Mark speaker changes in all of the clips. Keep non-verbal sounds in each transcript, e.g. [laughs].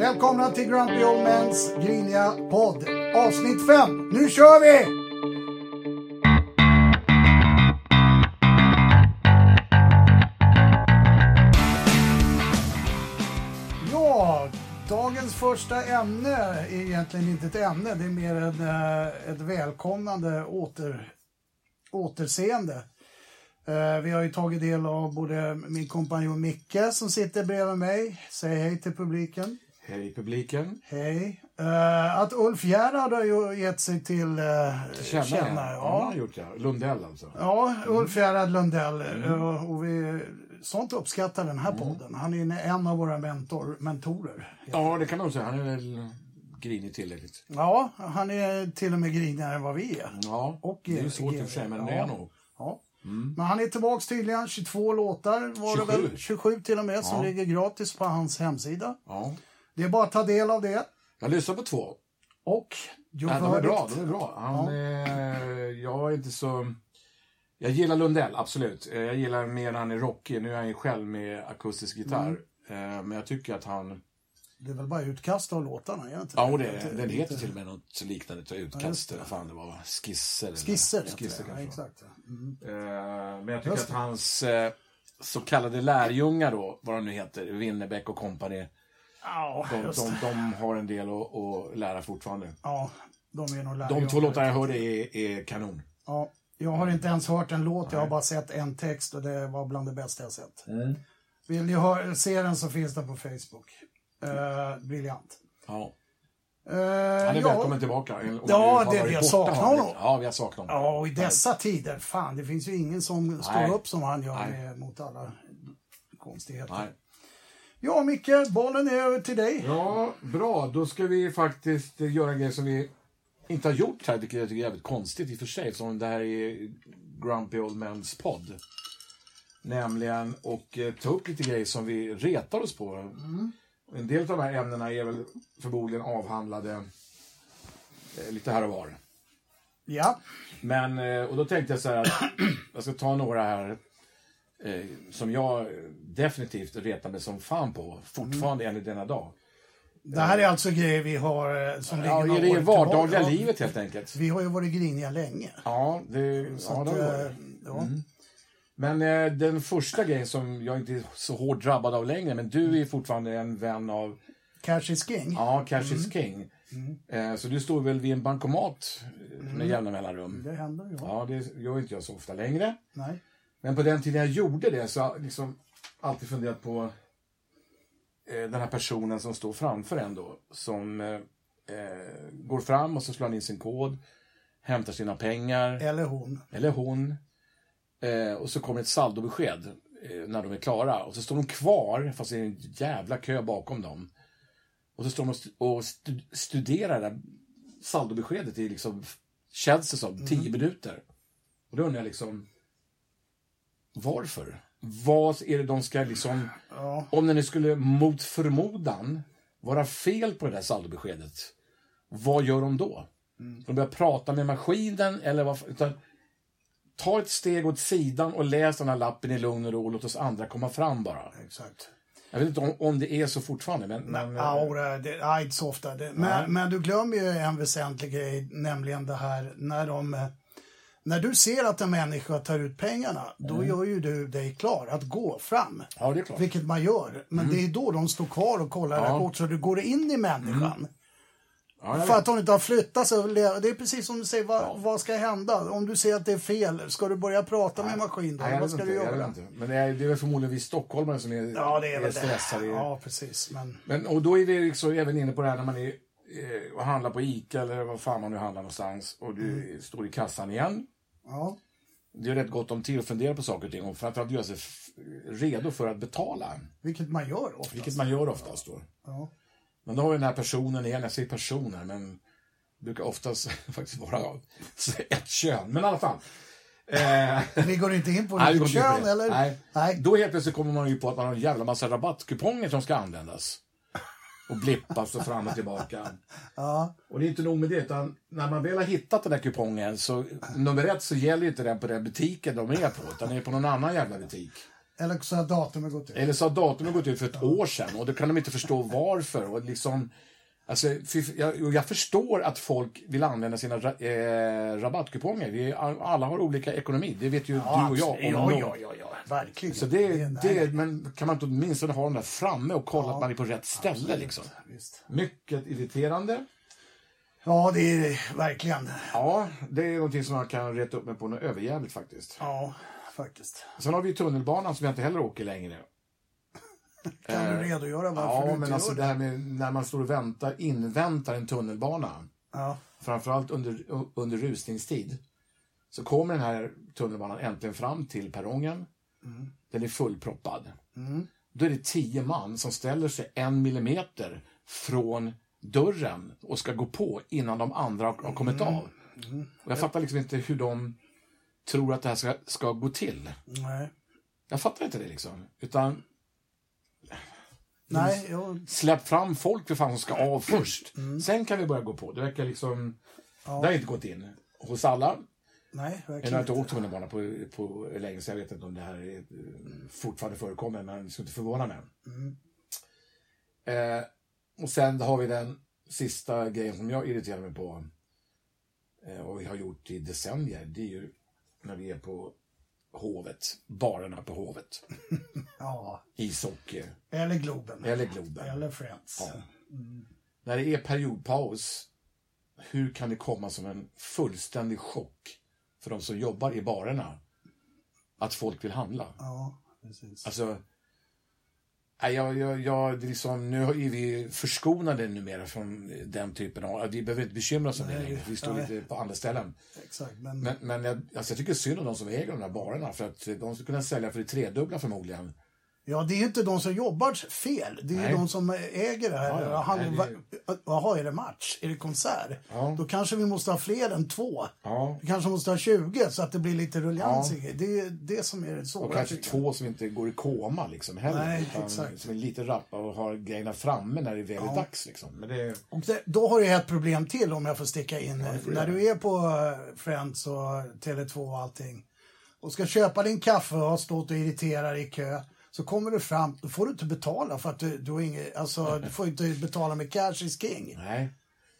Speaker 1: Välkomna till Grumpy Old Mans griniga podd. Avsnitt 5. Nu kör vi! Ja, dagens första ämne är egentligen inte ett ämne. Det är mer en, eh, ett välkomnande åter, återseende. Eh, Vi har ju tagit del av både min kompanjon Micke som sitter bredvid mig. Säg hej till publiken.
Speaker 2: Hej eh, publiken.
Speaker 1: Hej. Eh, att Ulf Gerhard har ju gett sig till eh,
Speaker 2: Känna,
Speaker 1: känna.
Speaker 2: Han
Speaker 1: Ja.
Speaker 2: har gjort det. här. Lundell alltså.
Speaker 1: ja, Ulf Gerhard Lundell.
Speaker 2: Mm.
Speaker 1: eh, Och vi, sånt uppskattar den här podden. Han är en av våra mentor, mentorer.
Speaker 2: Ja, det kan man säga. Han är väl grinig tillräckligt.
Speaker 1: Ja, han är till och med grinigare än vad vi är.
Speaker 2: Ja,
Speaker 1: Och
Speaker 2: det är
Speaker 1: G-
Speaker 2: ju svårt i
Speaker 1: G-
Speaker 2: och för sig, men
Speaker 1: ja.
Speaker 2: det är han nog.
Speaker 1: Ja.
Speaker 2: Mm.
Speaker 1: Men han är tillbaks tydligen, 22 låtar var det
Speaker 2: 27.
Speaker 1: väl, 27 till och med, som
Speaker 2: Ja.
Speaker 1: ligger gratis på hans hemsida.
Speaker 2: Ja.
Speaker 1: Det är bara att ta del av det.
Speaker 2: Jag lyssnar på två.
Speaker 1: Och jo,
Speaker 2: Ja, de är
Speaker 1: fördigt.
Speaker 2: bra. De är bra. Han, eh, jag är inte så... Jag gillar Lundell, absolut. Eh, Jag gillar mer när han är rockig. Nu är han ju själv med akustisk gitarr.
Speaker 1: Mm.
Speaker 2: Eh, Men jag tycker att han...
Speaker 1: Det är väl bara utkast av låtarna, är det inte?
Speaker 2: Ja, och
Speaker 1: Jag
Speaker 2: det,
Speaker 1: tycker
Speaker 2: den
Speaker 1: inte-
Speaker 2: heter till och med något liknande till utkast.
Speaker 1: just
Speaker 2: eller fan det var, va? skisser. eller-
Speaker 1: Skisser,
Speaker 2: skisser
Speaker 1: heter det.
Speaker 2: kanske.
Speaker 1: Ja, exakt. ja. Mm.
Speaker 2: Eh, Men jag tycker
Speaker 1: Just
Speaker 2: att hans eh, så kallade lärjungar då, vad de nu heter, Winnerbäck och company,
Speaker 1: Ja,
Speaker 2: de,
Speaker 1: Ah, just
Speaker 2: de,
Speaker 1: det.
Speaker 2: de har en del att, att lära fortfarande.
Speaker 1: Ja, de är nog
Speaker 2: De två
Speaker 1: lärjungar.
Speaker 2: låtar jag hörde är, är kanon.
Speaker 1: Ja, jag har inte ens hört en låt, jag har bara sett en text och det var bland det bästa jag sett. Vill ni hör, se den så finns den på Facebook. Eh, briljant.
Speaker 2: Ja.
Speaker 1: Eh,
Speaker 2: Han är
Speaker 1: ja,
Speaker 2: välkommen tillbaka. Och nu
Speaker 1: Ja,
Speaker 2: har
Speaker 1: det-
Speaker 2: varit
Speaker 1: vi har
Speaker 2: borta,
Speaker 1: saknat
Speaker 2: har vi-
Speaker 1: honom.
Speaker 2: Ja, vi har saknat honom.
Speaker 1: Ja, och i dessa tider, fan, det finns ju ingen som står
Speaker 2: Nej.
Speaker 1: upp som han gör
Speaker 2: Nej.
Speaker 1: med, mot alla konstigheter.
Speaker 2: Nej.
Speaker 1: Ja, Micke, bollen är över till dig.
Speaker 2: Ja, bra. Då ska vi faktiskt göra en grej som vi inte har gjort här, vilket jag tycker är jävligt konstigt i och för sig, eftersom det här är Grumpy Old Men's podd. Nämligen och eh, ta upp lite grejer som vi retar oss på. En del av de här ämnena är väl förmodligen avhandlade eh, lite här och var.
Speaker 1: Ja,
Speaker 2: Men, eh, och då tänkte jag så här att [clears throat] jag ska ta några här eh, som jag definitivt retar mig som fan på, fortfarande än i denna dag.
Speaker 1: det här är alltså grejer vi har eh, som
Speaker 2: Ja,
Speaker 1: ligger
Speaker 2: i
Speaker 1: några
Speaker 2: det
Speaker 1: år tillbaka.
Speaker 2: vardagliga
Speaker 1: Ja,
Speaker 2: livet helt enkelt.
Speaker 1: Vi har ju varit griniga länge.
Speaker 2: Ja, det,
Speaker 1: Så
Speaker 2: ja,
Speaker 1: att,
Speaker 2: det Mm. var det.
Speaker 1: eh, ja.
Speaker 2: Men eh, den första grejen som jag inte är så hårt drabbad av längre, men du är fortfarande en vän av
Speaker 1: Cash is king.
Speaker 2: ja, cash is king. Eh, så du står väl vid en bankomat eh, med jämna mellanrum?
Speaker 1: Det händer, ja.
Speaker 2: Ja, det gör inte jag så ofta längre.
Speaker 1: Nej.
Speaker 2: Men på den tiden jag gjorde det så har jag liksom alltid funderat på eh, den här personen som står framför en då. Som eh, eh, går fram och så slår han in sin kod, hämtar sina pengar.
Speaker 1: Eller hon.
Speaker 2: eller hon. Eh, och så kommer ett saldobesked eh, när de är klara. Och så står de kvar, fast det är en jävla kö bakom dem. Och så står de och, stu- och stu- studerar det här saldobeskedet i, liksom, känns det som, tio minuter. Och då undrar jag liksom, varför? Vad är det de ska liksom,
Speaker 1: Ja.
Speaker 2: om det nu skulle mot förmodan vara fel på det där saldobeskedet, vad gör de då?
Speaker 1: Mm.
Speaker 2: De börjar prata med maskinen eller vad... Utan, ta ett steg åt sidan och läs den här lappen i lugn och ro och låt oss andra komma fram bara.
Speaker 1: Exakt.
Speaker 2: Jag vet inte om, om det är så fortfarande, men... men eh,
Speaker 1: Aura, det är inte så ofta. Det, men, men du glömmer ju en väsentlig grej, nämligen det här när de... eh, När du ser att en människa tar ut pengarna, då gör ju du dig klar att gå fram.
Speaker 2: Mm. ja, det är klart. Mm.
Speaker 1: Vilket man gör. Men det är då de står kvar och kollar ja. kort så du går in i människan.
Speaker 2: Mm. Ja,
Speaker 1: För
Speaker 2: jag vet.
Speaker 1: att hon inte har flyttat sig. Det är precis som du säger, vad, vad ska hända? Om du ser att det är fel, ska du börja prata med maskinen då?
Speaker 2: Nej, jag
Speaker 1: vad
Speaker 2: vet
Speaker 1: ska
Speaker 2: inte,
Speaker 1: du
Speaker 2: jag vet
Speaker 1: göra?
Speaker 2: inte. Men det är, det är väl förmodligen vi stockholmare som är,
Speaker 1: Ja, det är väl
Speaker 2: stressade.
Speaker 1: det. Ja, precis. Men,
Speaker 2: Men, och då är vi liksom även inne på det här när man är eh, och handlar på ICA eller vad fan man nu handlar någonstans och du står i kassan igen.
Speaker 1: ja.
Speaker 2: Det är rätt gott om tid att fundera på saker och ting och framförallt göra sig f- redo för att betala.
Speaker 1: Vilket man gör ofta.
Speaker 2: Vilket man gör oftast då.
Speaker 1: Ja.
Speaker 2: Men då har vi den här personen igen, jag säger personer, men det brukar oftast [laughs] faktiskt vara av ett kön. Men i alla fall. Eh,
Speaker 1: Vi går inte in på
Speaker 2: nej, vi
Speaker 1: vilket
Speaker 2: går inte in
Speaker 1: kön
Speaker 2: på det.
Speaker 1: eller?
Speaker 2: Nej.
Speaker 1: Nej.
Speaker 2: Då helt plötsligt kommer man ju på att man har en jävla massa rabattkuponger som ska användas. Och blippas och fram och tillbaka.
Speaker 1: [laughs] Ja.
Speaker 2: Och det är inte nog med det, utan när man väl har hittat den där kupongen så nummer ett så gäller ju inte den på den butiken de är på, utan den är på någon annan jävla butik.
Speaker 1: Eller så har datumet gått ut.
Speaker 2: Eller så har datumet gått ut för ett år sedan och då kan de inte förstå varför. Och liksom, alltså, fy- jag, och jag förstår att folk vill använda sina ra, eh, rabattkuponger. Vi, all- alla har olika ekonomi, det vet ju du och jag. om
Speaker 1: ja,
Speaker 2: någon.
Speaker 1: ja, ja, ja, verkligen.
Speaker 2: Så det,
Speaker 1: är-
Speaker 2: det,
Speaker 1: nej, nej,
Speaker 2: men kan man inte åtminstone ha den där framme och kolla att man är på rätt ställe? Liksom.
Speaker 1: visst.
Speaker 2: Mycket irriterande.
Speaker 1: Ja, det är det verkligen.
Speaker 2: Ja, det är någonting som jag kan reta upp mig på något överjävligt faktiskt.
Speaker 1: Ja, faktiskt.
Speaker 2: Sen har vi tunnelbanan som jag inte heller åker längre.
Speaker 1: Kan du
Speaker 2: Eh,
Speaker 1: redogöra varför du
Speaker 2: Ja,
Speaker 1: inte
Speaker 2: men alltså
Speaker 1: gör
Speaker 2: det
Speaker 1: det?
Speaker 2: här med när man står och väntar, inväntar en tunnelbana.
Speaker 1: Ja,
Speaker 2: Framförallt under, under rusningstid. Så kommer den här tunnelbanan äntligen fram till perrongen. Den är fullproppad. Då är det tio man som ställer sig en millimeter från dörren och ska gå på innan de andra har har kommit av. Och jag fattar liksom inte hur de tror att det här ska, ska gå till.
Speaker 1: nej.
Speaker 2: Jag fattar inte det liksom. Utan
Speaker 1: Nej, jag,
Speaker 2: Släpp fram folk för fan som ska av först. Sen kan vi börja gå på. Det verkar liksom... Det har inte gått in hos alla.
Speaker 1: nej,
Speaker 2: Jag har
Speaker 1: verkligen
Speaker 2: inte
Speaker 1: inte.
Speaker 2: åkt tunnelbana på, på länge så jag vet inte om det här är, eh, fortfarande förekommer men det skulle inte förvåna mig. Eh, och sen har vi den sista grejen som jag irriterar mig på eh, och vi har gjort i decennier. Det är ju när vi är på Hovet, barerna på Hovet.
Speaker 1: Ja,
Speaker 2: Ishockey
Speaker 1: eller Globen.
Speaker 2: eller Globen.
Speaker 1: Eller Friends.
Speaker 2: Ja. När det är periodpaus, hur kan det komma som en fullständig chock för de som jobbar i barerna att folk vill handla?
Speaker 1: Ja, precis.
Speaker 2: Alltså, nej, jag, jag, jag, det är liksom, nu är vi förskonade numera från den typen av... Vi behöver inte bekymra oss om det
Speaker 1: Nej,
Speaker 2: längre, vi står
Speaker 1: nej.
Speaker 2: lite på andra ställen.
Speaker 1: Exakt, men,
Speaker 2: Men, men jag, alltså, jag tycker synd om de som äger de här barerna, för att de skulle kunna sälja för det tredubbla förmodligen.
Speaker 1: ja, det är ju inte de som jobbar fel. Det är
Speaker 2: Nej.
Speaker 1: ju de som äger det här.
Speaker 2: Ja, ja.
Speaker 1: Han,
Speaker 2: Nej, det är-
Speaker 1: Jaha, är det match? Är det konsert?
Speaker 2: Ja.
Speaker 1: Då kanske vi måste ha fler än två.
Speaker 2: Ja.
Speaker 1: Vi kanske måste ha 20 så att det blir lite rullians.
Speaker 2: Ja.
Speaker 1: i det. Det är det som är det svåra.
Speaker 2: Och kanske
Speaker 1: tycker jag.
Speaker 2: två som inte går i koma liksom heller.
Speaker 1: Nej,
Speaker 2: utan
Speaker 1: exakt.
Speaker 2: Som är lite rappa och har grejerna framme när det väl är dags. Liksom. Men det,
Speaker 1: Och det, då har jag ett problem till om jag får sticka in.
Speaker 2: får du
Speaker 1: När du är på eh, Friends och Tele2 och allting och ska köpa din kaffe och har stått och irriterar i kö så kommer du fram, då får du inte betala för att du, du, har inget, alltså,
Speaker 2: [laughs]
Speaker 1: du får inte betala med cash is king.
Speaker 2: nej.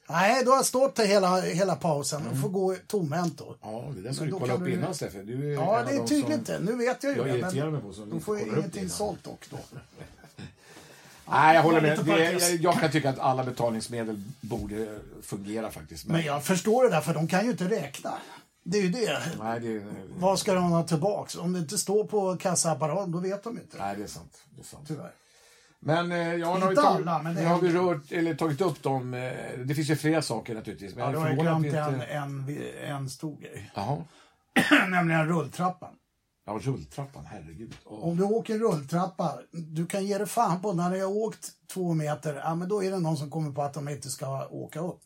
Speaker 1: Nej, då har jag stått där hela, hela pausen
Speaker 2: Mm.
Speaker 1: och får gå tomhänt då.
Speaker 2: Ja, det där ska du
Speaker 1: då
Speaker 2: kolla
Speaker 1: kan
Speaker 2: upp
Speaker 1: du-
Speaker 2: innan Steffe. Du är en
Speaker 1: Ja,
Speaker 2: av
Speaker 1: det är
Speaker 2: dem
Speaker 1: tydligt
Speaker 2: Som...
Speaker 1: det. Nu vet jag ju
Speaker 2: Jag
Speaker 1: det.
Speaker 2: irriterar mig på som
Speaker 1: då
Speaker 2: inte
Speaker 1: får jag
Speaker 2: kollar upp det
Speaker 1: ingenting
Speaker 2: innan.
Speaker 1: sålt dock då.
Speaker 2: Nej, jag håller
Speaker 1: Det var
Speaker 2: med.
Speaker 1: lite
Speaker 2: Det,
Speaker 1: parentes.
Speaker 2: jag, jag kan tycka att alla betalningsmedel borde fungera faktiskt. Men,
Speaker 1: Men jag förstår det där, för de kan ju inte räkna. Det är ju det.
Speaker 2: nej, det, är-
Speaker 1: Vad ska de ha tillbaks? Om det inte står på kassaapparaten, då vet de inte.
Speaker 2: nej, det är sant. Det är sant.
Speaker 1: Tyvärr.
Speaker 2: Men eh, ja, nu har vi,
Speaker 1: Typ. Inte
Speaker 2: tagit,
Speaker 1: alla, men
Speaker 2: nu
Speaker 1: en.
Speaker 2: har vi rört, eller, tagit upp dem. eh, Det finns ju flera saker naturligtvis. Men
Speaker 1: Ja,
Speaker 2: jag
Speaker 1: då
Speaker 2: är
Speaker 1: har jag
Speaker 2: förvånad att vi
Speaker 1: glömt
Speaker 2: inte...
Speaker 1: en, en, vi- en stor grej. [clears throat]
Speaker 2: Jaha.
Speaker 1: Nämligen rulltrappan.
Speaker 2: Ja, rulltrappan, herregud. Åh.
Speaker 1: Om du åker rulltrappa, du kan ge dig fan på när jag har åkt två meter, ja men då är det någon som kommer på att de inte ska åka upp.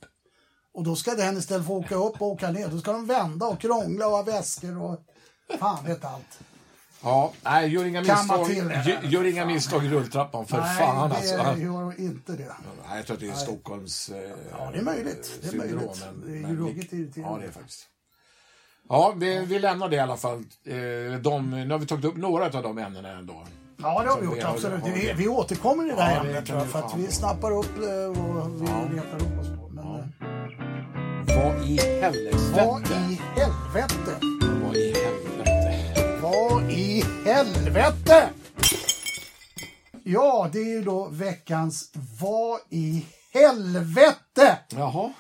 Speaker 1: Och då ska den istället för att åka upp och åka ner, då ska de vända och krångla och ha väskor och fan vet allt.
Speaker 2: Ja, nej, gör inga
Speaker 1: Kamma
Speaker 2: misstag,
Speaker 1: till det där.
Speaker 2: gör, gör inga misstag i rulltrappan, för fan
Speaker 1: det
Speaker 2: alltså.
Speaker 1: gör inte det.
Speaker 2: Nej, jag tror att det är Stockholms eh,
Speaker 1: Ja, det är möjligt. Det är
Speaker 2: syndrom,
Speaker 1: möjligt.
Speaker 2: men-
Speaker 1: Det är ju
Speaker 2: men-
Speaker 1: ruggigt irriterande.
Speaker 2: Ja, det är faktiskt. Ja, vi, vi lämnar det i alla fall. Eh, de, nu har vi tagit upp några av de ämnena ändå.
Speaker 1: Ja, det har vi
Speaker 2: Så vi
Speaker 1: gjort.
Speaker 2: har-
Speaker 1: Absolut.
Speaker 2: har
Speaker 1: Vi,
Speaker 2: det.
Speaker 1: vi återkommer i det här
Speaker 2: Ja, det
Speaker 1: ämnet,
Speaker 2: kan
Speaker 1: tror jag,
Speaker 2: vi
Speaker 1: för att
Speaker 2: fan
Speaker 1: vi
Speaker 2: på.
Speaker 1: snappar upp eh, och vi letar upp oss på. Men, eh,
Speaker 2: Vad i
Speaker 1: Vad
Speaker 2: helvete?
Speaker 1: i helvete?
Speaker 2: Vad i helvete?
Speaker 1: Vad i helvete? Ja, det är ju då veckans Vad i helvete?
Speaker 2: Jaha.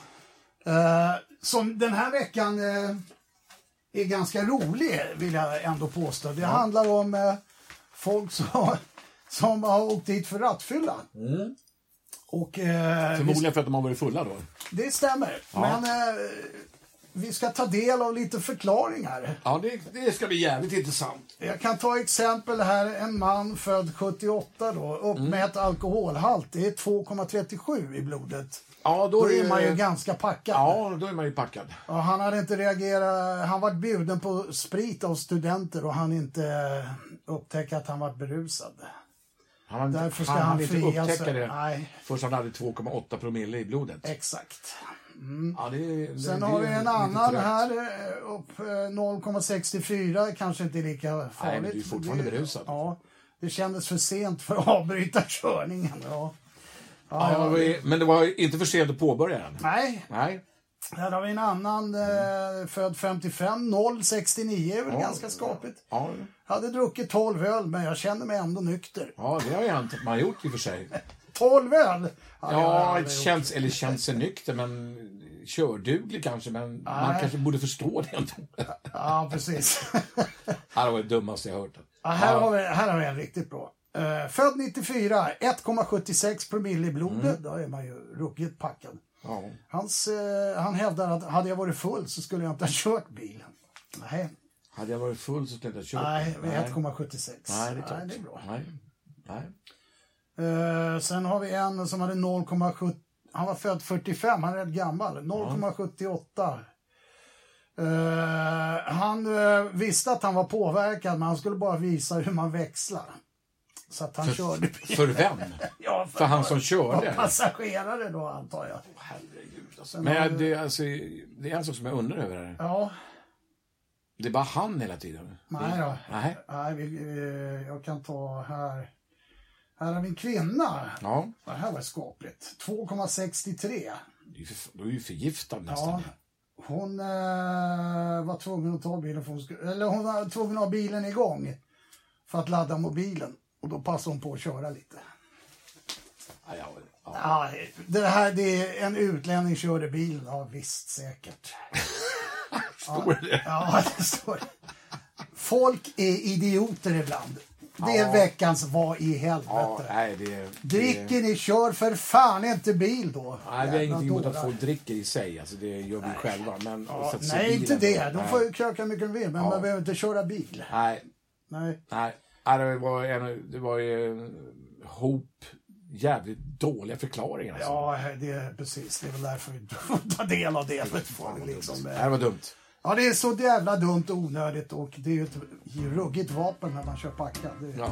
Speaker 1: Eh, som den här veckan eh, är ganska rolig, vill jag ändå påstå. Det handlar om eh, folk som, som har åkt dit för rattfylla.
Speaker 2: Mm.
Speaker 1: Och, eh, vi
Speaker 2: Förmodligen för att de har varit fulla då.
Speaker 1: Det stämmer. Men eh, vi ska ta del av lite förklaringar.
Speaker 2: Ja, det, det ska bli jävligt intressant.
Speaker 1: Jag kan ta exempel här. En man född 78 då, uppmätt alkoholhalt. Det är 2,37 i blodet.
Speaker 2: Ja,
Speaker 1: Då är man ju ganska packad.
Speaker 2: Ja, då är man ju packad.
Speaker 1: Ja, han hade inte reagerat. Han var bjuden på sprit av studenter och han inte eh, upptäcka att han var berusad.
Speaker 2: Han hann
Speaker 1: Därför ska
Speaker 2: han
Speaker 1: han
Speaker 2: inte
Speaker 1: fria
Speaker 2: upptäcka
Speaker 1: sig.
Speaker 2: det
Speaker 1: Nej.
Speaker 2: först han hade 2,8 promille i blodet.
Speaker 1: Exakt.
Speaker 2: Ja, det är,
Speaker 1: Mm. Sen
Speaker 2: det,
Speaker 1: har
Speaker 2: det
Speaker 1: vi en
Speaker 2: är lite
Speaker 1: annan
Speaker 2: trögt.
Speaker 1: här, eh, upp eh, 0,64, kanske inte lika farligt.
Speaker 2: men du är fortfarande
Speaker 1: Det-
Speaker 2: berusad.
Speaker 1: Ja, det kändes för sent för att [laughs] avbryta körningen. Ja. Ja,
Speaker 2: Ja, vi- men det var inte för sent att påbörja den.
Speaker 1: Nej,
Speaker 2: Nej.
Speaker 1: här har vi en annan, eh, född 55, 0,69 är väl ganska skapligt.
Speaker 2: Ja,
Speaker 1: Hade druckit 12 öl, men jag känner mig ändå nykter.
Speaker 2: ja det har ju hänt att man har gjort i och
Speaker 1: [laughs]
Speaker 2: för sig.
Speaker 1: 12 öl! Ja, det har jag
Speaker 2: Ja,
Speaker 1: aldrig
Speaker 2: det
Speaker 1: gjort.
Speaker 2: känns, eller känns sig nykter, men körduglig kanske, men man kanske borde förstå det ändå. [laughs]
Speaker 1: ja precis. [laughs]
Speaker 2: Ja, Det var det dummaste jag hört.
Speaker 1: Ja, här, har vi, här har vi en riktigt bra. Eh, född 94, 1,76 promille i blodet.
Speaker 2: Mm.
Speaker 1: Då är man ju ruggigt packad.
Speaker 2: Ja.
Speaker 1: Hans, eh, han hävdar att hade jag varit full så skulle jag inte ha kört bilen. Nej,
Speaker 2: Hade jag varit full så skulle jag inte ha kört.
Speaker 1: nej, med 1,76.
Speaker 2: Nej, det är klart.
Speaker 1: Nej, det är bra.
Speaker 2: Nej. Nej.
Speaker 1: Eh, sen har vi en som hade 0,7... Han var född 45, han är rätt gammal. 0,78. Eh, han eh, visste att han var påverkad, men han skulle bara visa hur man växlar. Så att han körde bil.
Speaker 2: För vem?
Speaker 1: Ja,
Speaker 2: För han
Speaker 1: [laughs]
Speaker 2: som
Speaker 1: var
Speaker 2: körde?
Speaker 1: passagerare då, antar jag.
Speaker 2: Herregud, alltså. Men jag- det, är alltså, det är en sak som jag undrar över. här.
Speaker 1: Ja,
Speaker 2: Det är bara han hela tiden.
Speaker 1: nej då.
Speaker 2: Nej.
Speaker 1: Nej, vi, eh, jag kan ta här. Här har vi en kvinna.
Speaker 2: Ja.
Speaker 1: Det här var skapligt. 2,63.
Speaker 2: Det är ju för- Då är ju förgiftad
Speaker 1: Ja.
Speaker 2: nästan.
Speaker 1: Hon eh, var tvungen att ta bilen för hon skulle, eller hon var tvungen att ha bilen igång för att ladda mobilen. Och då passade hon på att köra lite.
Speaker 2: Ja. Ja, ja.
Speaker 1: Ja, det här det är en utlänning körde bilen, ja visst säkert.
Speaker 2: Står det?
Speaker 1: Ja, [laughs] det står det. Folk är idioter ibland. Det är
Speaker 2: Ja.
Speaker 1: veckans vad i
Speaker 2: Ja,
Speaker 1: helvete.
Speaker 2: nej, det, det,
Speaker 1: Dricker ni, kör för fan inte bil då.
Speaker 2: Nej, vi har
Speaker 1: Jävla
Speaker 2: ingenting emot att
Speaker 1: dårar.
Speaker 2: folk dricker i sig. Alltså, det gör vi själva. Men, och
Speaker 1: Ja,
Speaker 2: sätter sig i
Speaker 1: nej, inte
Speaker 2: bilen.
Speaker 1: det. De
Speaker 2: Nej.
Speaker 1: får ju kröka hur mycket de vill, men man behöver inte köra bil.
Speaker 2: Nej,
Speaker 1: Nej.
Speaker 2: nej. nej det, var en, det var ju en hop jävligt dåliga förklaringar. Alltså.
Speaker 1: Ja, det är precis. Det är väl därför vi tar del av det. Får vi liksom,
Speaker 2: Det
Speaker 1: eh,
Speaker 2: här var dumt.
Speaker 1: Ja, det är så jävla dumt och onödigt och det är ju ett ruggigt vapen när man kör packad. Det-
Speaker 2: Ja.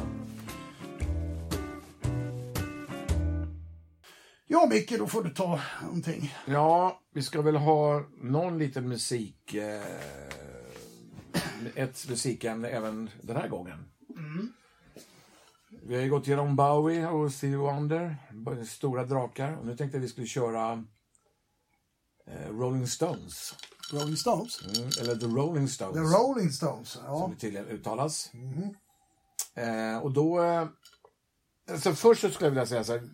Speaker 1: Ja, Micke, då får du ta någonting.
Speaker 2: ja, vi ska väl ha någon liten musik... Eh, ett musikämne även den här gången. Vi har ju gått igenom Bowie och Stevie Wonder, stora drakar. Och nu tänkte jag att vi skulle köra eh, Rolling Stones.
Speaker 1: Rolling Stones?
Speaker 2: Mm, eller The Rolling Stones,
Speaker 1: The Rolling Stones, ja.
Speaker 2: som det tydligen uttalas.
Speaker 1: Mm-hmm.
Speaker 2: Eh, och då... Eh, alltså först så skulle jag vilja säga så här,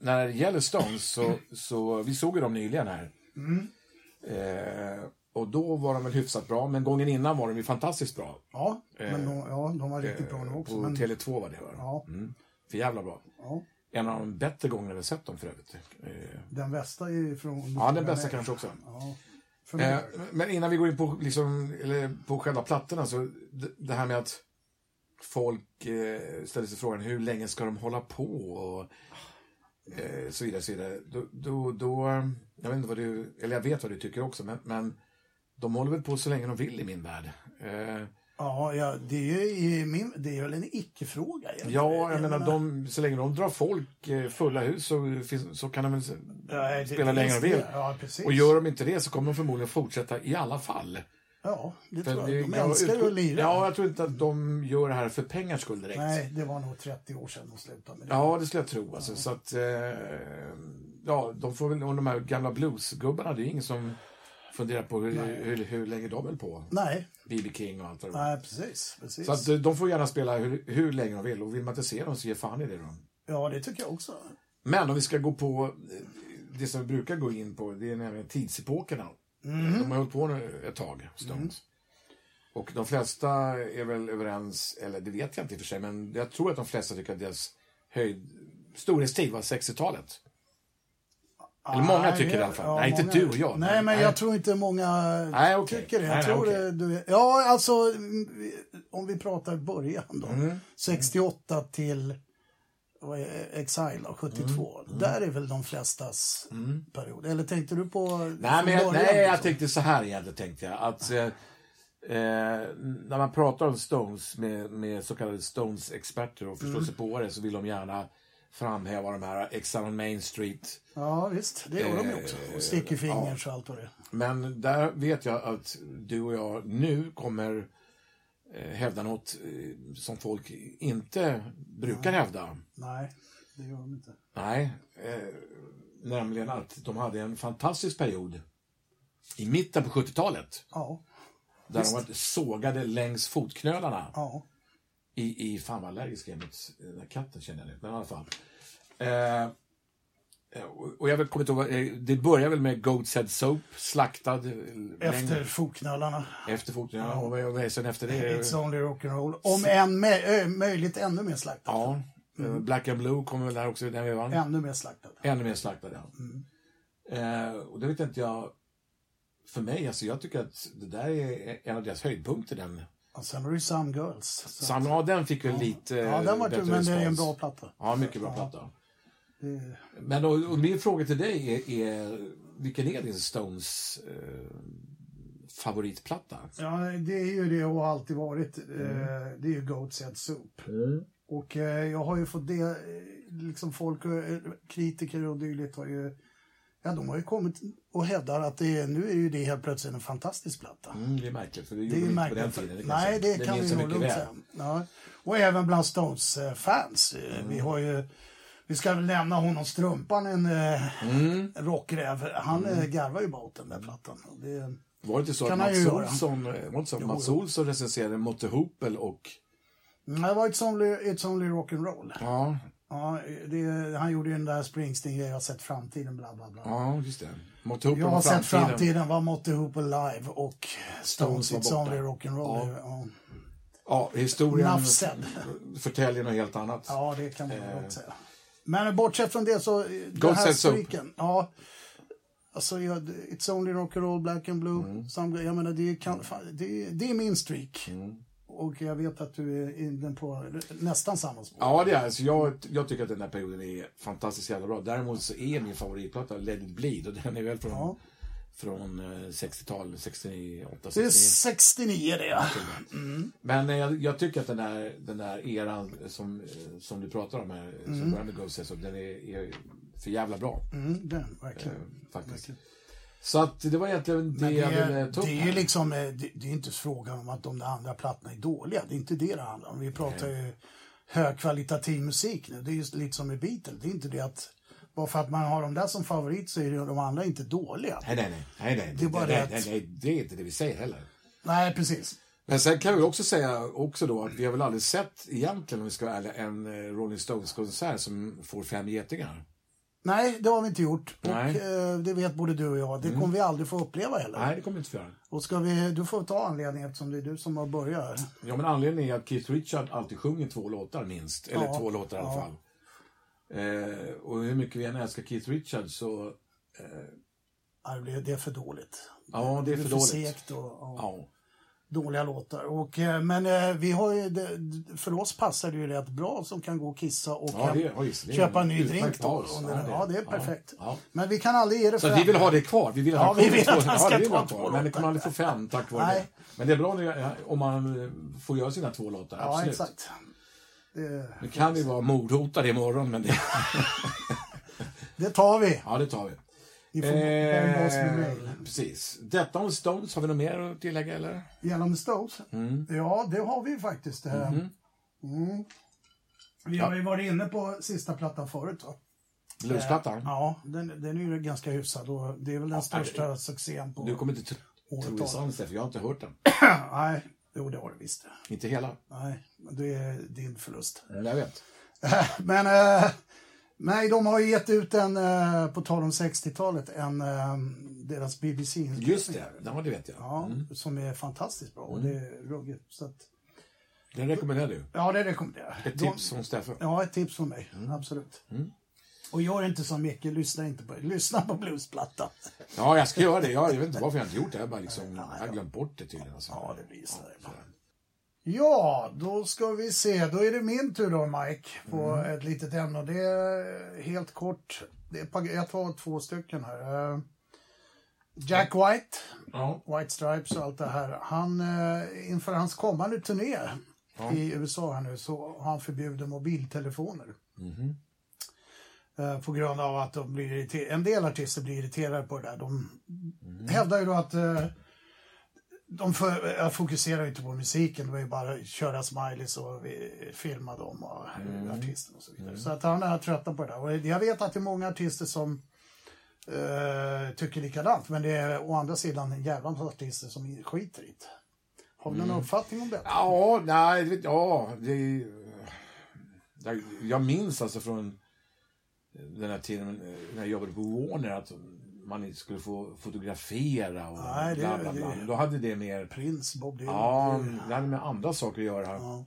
Speaker 2: när det gäller Stones, så, så vi såg ju dem nyligen här.
Speaker 1: Mm-hmm.
Speaker 2: Eh, och då var de väl hyfsat bra, men gången innan var de ju fantastiskt bra.
Speaker 1: Ja, men de, ja, de var riktigt bra nu också.
Speaker 2: Eh, På Mm.
Speaker 1: Men,
Speaker 2: Tele2 var det, va?
Speaker 1: ja,
Speaker 2: För jävla bra.
Speaker 1: ja,
Speaker 2: En av de bättre gångerna vi har sett dem för övrigt. Eh,
Speaker 1: den bästa är från...
Speaker 2: ja, den bästa kanske också.
Speaker 1: Ja, för
Speaker 2: Eh,
Speaker 1: mig.
Speaker 2: men innan vi går in på, liksom, eller på själva plattorna, så det, det här med att folk eh, ställer sig frågan hur länge ska de hålla på och eh, så vidare. Så vidare. Då, då, då, jag vet inte vad du, eller jag vet vad du tycker också, men, men de håller väl på så länge de vill i min värld. Eh,
Speaker 1: ja, ja det, är ju i min, det är väl en icke-fråga. egentligen.
Speaker 2: ja, jag menar, de, så länge de drar folk eh, fulla hus så, finns, så kan de väl s-
Speaker 1: Ja, det-
Speaker 2: spela länge de vill.
Speaker 1: Ja, precis.
Speaker 2: Och gör de inte det så kommer de förmodligen fortsätta i alla fall.
Speaker 1: Ja, det
Speaker 2: För
Speaker 1: tror
Speaker 2: det-
Speaker 1: jag. De
Speaker 2: jag
Speaker 1: älskar ju
Speaker 2: utgår-
Speaker 1: att lira.
Speaker 2: Ja, jag tror inte att de gör det här för pengars skull direkt.
Speaker 1: Nej, det var nog 30 år sedan de slutade med det.
Speaker 2: Ja, det skulle jag tro. Alltså. Så att, eh, ja, de får väl, och de här gamla bluesgubbarna, det är ingen som funderar på hur, hur, hur länge de höll på.
Speaker 1: Nej,
Speaker 2: B.B. King och allt det där.
Speaker 1: nej precis. precis.
Speaker 2: Så att eh, de får gärna spela hur, hur länge de vill och vill man inte se dem så ge fan i det då.
Speaker 1: Ja, det tycker jag också.
Speaker 2: Men om vi ska gå på eh, det som vi brukar gå in på, det är nämligen tidsepokerna.
Speaker 1: Mm.
Speaker 2: De har hållit på nu ett tag, Stones. Och de flesta är väl överens, eller det vet jag inte i och för sig, men jag tror att de flesta tycker att deras höjd, storhetstid var 60-talet. Eller många
Speaker 1: Nej,
Speaker 2: tycker det i alla fall. Nej, inte du och jag.
Speaker 1: Nej, men
Speaker 2: Nej.
Speaker 1: jag tror inte många
Speaker 2: Nej, okej.
Speaker 1: tycker det. Jag
Speaker 2: Nej, nej,
Speaker 1: tror
Speaker 2: okej.
Speaker 1: det du, ja, alltså mm, om vi pratar början
Speaker 2: Mm.
Speaker 1: då. 68 till vad är- Exile då, 72.
Speaker 2: Mm.
Speaker 1: Där är väl de flestas period. Eller tänkte du på
Speaker 2: Nej,
Speaker 1: från
Speaker 2: men jag,
Speaker 1: början,
Speaker 2: nej, jag
Speaker 1: liksom?
Speaker 2: tänkte så här egentligen, tänkte jag. Att, eh, eh, när man
Speaker 1: Mm.
Speaker 2: pratar om Stones med, med så kallade Stones-experter och förståsigpåare så vill de gärna framhäva de här Exile on Main Street.
Speaker 1: Ja, visst. Det gör de ju också. Och sticker fingrar
Speaker 2: Eh, ja.
Speaker 1: och allt vad det är.
Speaker 2: Men där vet jag att du och jag nu kommer eh, hävda något eh, som folk inte brukar hävda.
Speaker 1: Nej, det gör de inte.
Speaker 2: Nej, eh, nämligen att de hade en fantastisk period i mitten på 70-talet
Speaker 1: Ja,
Speaker 2: där de var sågade längs fotknölarna.
Speaker 1: ja.
Speaker 2: I, i fan vad allergisk jag är mot den här katten känner jag nu. Men i alla fall. Eh, och- och jag vet- kommer inte ihåg, vad- eh, det börjar väl med Goat's Head Soap, slaktad. eh,
Speaker 1: Efter
Speaker 2: längd-
Speaker 1: fotknallarna.
Speaker 2: Efter fotknölarna. Och vad vad är sen efter det?
Speaker 1: It's only rock'n'roll. Om än me- ö, möjligt ännu mer slaktad.
Speaker 2: Ja,
Speaker 1: Mm.
Speaker 2: eh, Black and Blue kommer väl där också i den vevan.
Speaker 1: Ännu mer slaktad.
Speaker 2: Ännu mer slaktad, ja.
Speaker 1: Mm.
Speaker 2: Eh, och det vet inte jag. För mig, alltså jag tycker att det där är en av deras höjdpunkter. Den.
Speaker 1: Och sen har du ju Some Girls. Så.
Speaker 2: Sam, ja, den fick väl lite
Speaker 1: Ja, den var
Speaker 2: eh,
Speaker 1: kul,
Speaker 2: bättre
Speaker 1: men det är en
Speaker 2: respons.
Speaker 1: bra platta.
Speaker 2: Ja, mycket bra platta.
Speaker 1: Det-
Speaker 2: Men och, och min fråga till dig är, är vilken är din Stones eh, favoritplatta?
Speaker 1: Ja, det är ju det och har alltid varit. Eh,
Speaker 2: Mm.
Speaker 1: Det är ju Goat's Head Soup. Och eh, jag har ju fått det, eh, liksom folk, och, eh, kritiker och dylikt har ju, ja de har ju kommit och hävdar att det, är- nu är ju det helt plötsligt en fantastisk platta.
Speaker 2: Mm, det är märkligt, för det
Speaker 1: Det
Speaker 2: gjorde
Speaker 1: är
Speaker 2: vi
Speaker 1: ju
Speaker 2: inte på
Speaker 1: märkligt.
Speaker 2: den tiden. kan jag
Speaker 1: Nej,
Speaker 2: säga.
Speaker 1: det kan
Speaker 2: minns
Speaker 1: vi
Speaker 2: jag
Speaker 1: nog lugnt säga. Ja. Och även bland Stones-fans.
Speaker 2: Mm.
Speaker 1: Vi har ju, vi ska väl nämna honom, Strumpan, en eh,
Speaker 2: Mm.
Speaker 1: rockräv. Han eh, garvar ju bara åt den där plattan. Och Det, mm,
Speaker 2: Var det inte så
Speaker 1: Kan
Speaker 2: att
Speaker 1: han
Speaker 2: Mats
Speaker 1: ju göra.
Speaker 2: Olsson, eh, var det inte så att Mats Olsson recenserade Motte Hopel och...
Speaker 1: Nej, det var It's Only, it's only Rock'n'Roll.
Speaker 2: Ja,
Speaker 1: Ja, det, han gjorde ju den där Springsteen-grejen, jag har sett framtiden, bla bla bla.
Speaker 2: ja just det. Motte Hopel
Speaker 1: jag har
Speaker 2: var
Speaker 1: sett
Speaker 2: framtiden.
Speaker 1: framtiden, var Motte Hooper live och Stones,
Speaker 2: Stones var
Speaker 1: It's
Speaker 2: borta.
Speaker 1: Only Rock'n'Roll. Ja.
Speaker 2: Ja,
Speaker 1: Ja.
Speaker 2: historien
Speaker 1: Nafsen.
Speaker 2: förtäljer något helt annat.
Speaker 1: Ja, det kan man nog gott säga. Men bortsett från det så, eh, den
Speaker 2: Eh. Gott
Speaker 1: här
Speaker 2: sätt så.
Speaker 1: stryken. Ja, alltså, jag, It's Only Rock'n'Roll, Black and Blue.
Speaker 2: Mm.
Speaker 1: Some, jag menar, det är, kan, fan, det, är- det är min streak.
Speaker 2: Mm.
Speaker 1: Och jag vet att du är inne på nästan samma spår.
Speaker 2: Ja, det är alltså, jag, jag tycker att den här perioden är fantastiskt jävla bra. Däremot så är min favoritplatta Let it bleed och den är väl från,
Speaker 1: Ja.
Speaker 2: från eh, 60-talet, 68,
Speaker 1: Det är
Speaker 2: 69.
Speaker 1: 69 det. ja.
Speaker 2: Men eh, jag, jag tycker att den där, den där eran som, eh, som du pratar om här, som börjar med Ghost Heads, den är, är för jävla bra.
Speaker 1: Mm, den, verkligen.
Speaker 2: Eh. Faktiskt. Så att det var egentligen det,
Speaker 1: Men
Speaker 2: jag
Speaker 1: det,
Speaker 2: ville
Speaker 1: är,
Speaker 2: ta upp.
Speaker 1: det är
Speaker 2: här.
Speaker 1: liksom, eh, det, det är inte frågan om att de där andra plattorna är dåliga. Det är inte det det handlar om. Vi pratar ju högkvalitativ musik nu. Det är ju lite som med Beatles. Det är inte det att bara för att man har de där som favorit så är ju de andra inte dåliga.
Speaker 2: Nej, nej, nej. nej, nej,
Speaker 1: Det är bara
Speaker 2: nej,
Speaker 1: det
Speaker 2: nej,
Speaker 1: att-
Speaker 2: nej, det är inte det vi säger heller.
Speaker 1: Nej, precis.
Speaker 2: Men sen kan vi också säga också då att vi har väl aldrig sett egentligen, om vi ska vara ärliga, en eh, Rolling Stones-konsert som får fem getingar.
Speaker 1: Nej, det har vi inte gjort. Och,
Speaker 2: Nej. Mm.
Speaker 1: eh, det vet både du och jag. Det kommer vi aldrig få uppleva heller.
Speaker 2: Nej, det kommer vi inte få göra.
Speaker 1: Och ska vi, du får ta anledningen eftersom det är du som har börjat här.
Speaker 2: Ja, men anledningen är att Keith Richard alltid sjunger två låtar minst. Eller
Speaker 1: Ja,
Speaker 2: två låtar i alla
Speaker 1: ja.
Speaker 2: fall. Eh, och hur mycket vi än älskar Keith Richard så,
Speaker 1: Nej, det blir- Det är för dåligt.
Speaker 2: ja, det är för
Speaker 1: för
Speaker 2: dåligt.
Speaker 1: segt och, och
Speaker 2: Ja.
Speaker 1: dåliga låtar. Och, eh, men eh, vi har ju, det- d- för oss passar det ju rätt bra som kan gå och kissa och
Speaker 2: Ja,
Speaker 1: hem-
Speaker 2: det, ja, just, det är
Speaker 1: köpa en ny
Speaker 2: utmärkt
Speaker 1: drink. Då,
Speaker 2: paus.
Speaker 1: om den- ja, det är perfekt.
Speaker 2: Ja, ja.
Speaker 1: Men vi kan aldrig ge det
Speaker 2: Så
Speaker 1: fem.
Speaker 2: att vi vill ha det kvar. Vi vill ha
Speaker 1: Ja,
Speaker 2: kvar
Speaker 1: vi vill
Speaker 2: två-
Speaker 1: att han ska
Speaker 2: det vill
Speaker 1: ta
Speaker 2: ha
Speaker 1: två
Speaker 2: kvar. Men det kommer aldrig få fem tack vare
Speaker 1: Nej.
Speaker 2: det. Men det är bra när jag- om man eh, får göra sina två låtar.
Speaker 1: Ja,
Speaker 2: absolut.
Speaker 1: exakt. Det,
Speaker 2: Nu kan vi vara mordhotade imorgon, men det,
Speaker 1: det tar vi.
Speaker 2: ja, det tar vi.
Speaker 1: Ni får
Speaker 2: Eh.
Speaker 1: bomba oss med mejl.
Speaker 2: precis. Detta om Stones, har vi något mer att tillägga eller?
Speaker 1: Gällande Stones?
Speaker 2: Mm.
Speaker 1: Ja, det har vi faktiskt. eh.
Speaker 2: Mhm.
Speaker 1: Mm. Vi har ju varit inne på sista plattan förut. Va?
Speaker 2: Mm. Bluesplattan?
Speaker 1: Ja, den, den är ju ganska hyfsad och det är väl den största succén på...
Speaker 2: Du kommer inte tro
Speaker 1: Året
Speaker 2: tro det
Speaker 1: talar.
Speaker 2: sanns för jag har inte hört den.
Speaker 1: Nej, jo det har du visst.
Speaker 2: inte hela.
Speaker 1: Nej, men det är din förlust.
Speaker 2: Jag vet.
Speaker 1: [laughs] Men eh, nej, de har ju gett ut en, eh, på tal om 60-talet, en eh, deras BBC-inspelning.
Speaker 2: Just det, Mm. ja, det vet jag.
Speaker 1: Eh. Ja, som är fantastiskt bra och det är ruggigt. Så att,
Speaker 2: Den rekommenderar du.
Speaker 1: ja, det rekommenderar jag.
Speaker 2: Ett tips Mm. från Steffe.
Speaker 1: Ja, ett tips från mig. Absolut. Och gör inte som Micke, lyssna inte på, lyssna på bluesplattan.
Speaker 2: Ja, jag ska göra det. Jag, jag vet inte varför jag inte gjort det. Jag, bara liksom, jag har glömt bort det tydligen. Alltså.
Speaker 1: Ja, det blir så. här ibland. Ja, då ska vi se. Då är det min tur då, Mike, på ett litet ämne. Och det är helt kort. Det är, pag- jag tar två stycken här. Eh, Jack White,
Speaker 2: Ja.
Speaker 1: White Stripes och allt det här. Han, eh, inför hans kommande turné i USA här nu så har han förbjudit mobiltelefoner. Eh, På grund av att de blir irriter- en del artister blir irriterade på det där. De
Speaker 2: Mm.
Speaker 1: hävdar ju då att eh, de för, jag fokuserar ju inte på musiken, det var ju bara att köra smileys och vi- filma dem och
Speaker 2: Mm.
Speaker 1: artisten och så vidare. Så att han är trött på det där. Och jag vet att det är många artister som eh, tycker likadant, men det är å andra sidan en jävla massa artister som skiter i det. Har du
Speaker 2: Mm.
Speaker 1: någon uppfattning om detta?
Speaker 2: Ja, nej, det vet- ja, det, jag, jag minns alltså från den här tiden när jag jobbade på Warner att man inte skulle få fotografera och
Speaker 1: Nej, det-
Speaker 2: bla bla bla. Då hade det mer
Speaker 1: Prins, Bob Dylan.
Speaker 2: Ja,
Speaker 1: det-
Speaker 2: det hade med andra saker att göra.
Speaker 1: Ja.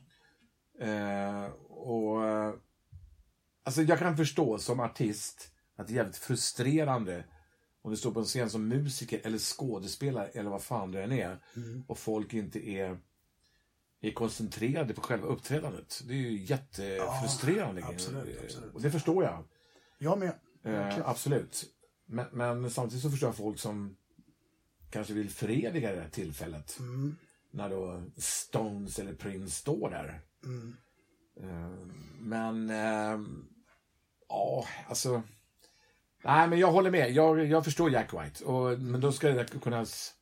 Speaker 2: Eh, och, eh, alltså jag kan förstå som artist att det är jävligt frustrerande om du står på en scen som musiker eller skådespelare eller vad fan du än är
Speaker 1: Mm.
Speaker 2: och folk inte är, är koncentrerade på själva uppträdandet. Det är ju jättefrustrerande.
Speaker 1: Ja, absolut, absolut.
Speaker 2: Och det förstår jag.
Speaker 1: Jag med. Verkligen.
Speaker 2: Eh, absolut. Men, men samtidigt så förstår jag folk som kanske vill föreviga det här tillfället.
Speaker 1: Mm.
Speaker 2: När då Stones eller Prince står där.
Speaker 1: Mm.
Speaker 2: Eh, men, eh, ja, alltså. Nej, men jag håller med. Jag, jag förstår Jack White. Och, men då ska det kunna s-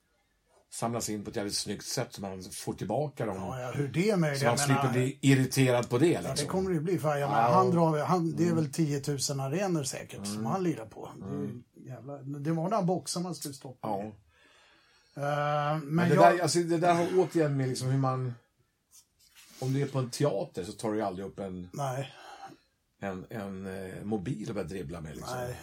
Speaker 2: samlas in på ett jävligt snyggt sätt så man får tillbaka dem.
Speaker 1: Ja, ja, hur det är möjligt.
Speaker 2: så man
Speaker 1: jag menar-
Speaker 2: slipper bli irriterad på det.
Speaker 1: Ja, det
Speaker 2: Liksom. Mm.
Speaker 1: kommer det ju bli. För jag menar, han drar, han, det är väl 10 000 arenor säkert som han lirar på. Det, är ju jävla, det var den här boxen man skulle stoppa.
Speaker 2: Mm. Ja.
Speaker 1: Eh, men
Speaker 2: Men det,
Speaker 1: jag,
Speaker 2: där, alltså, det där har återigen med liksom hur man... Om du är på en teater så tar du ju aldrig upp en,
Speaker 1: Nej,
Speaker 2: en, en eh, mobil och börjar dribbla med. Liksom.
Speaker 1: nej.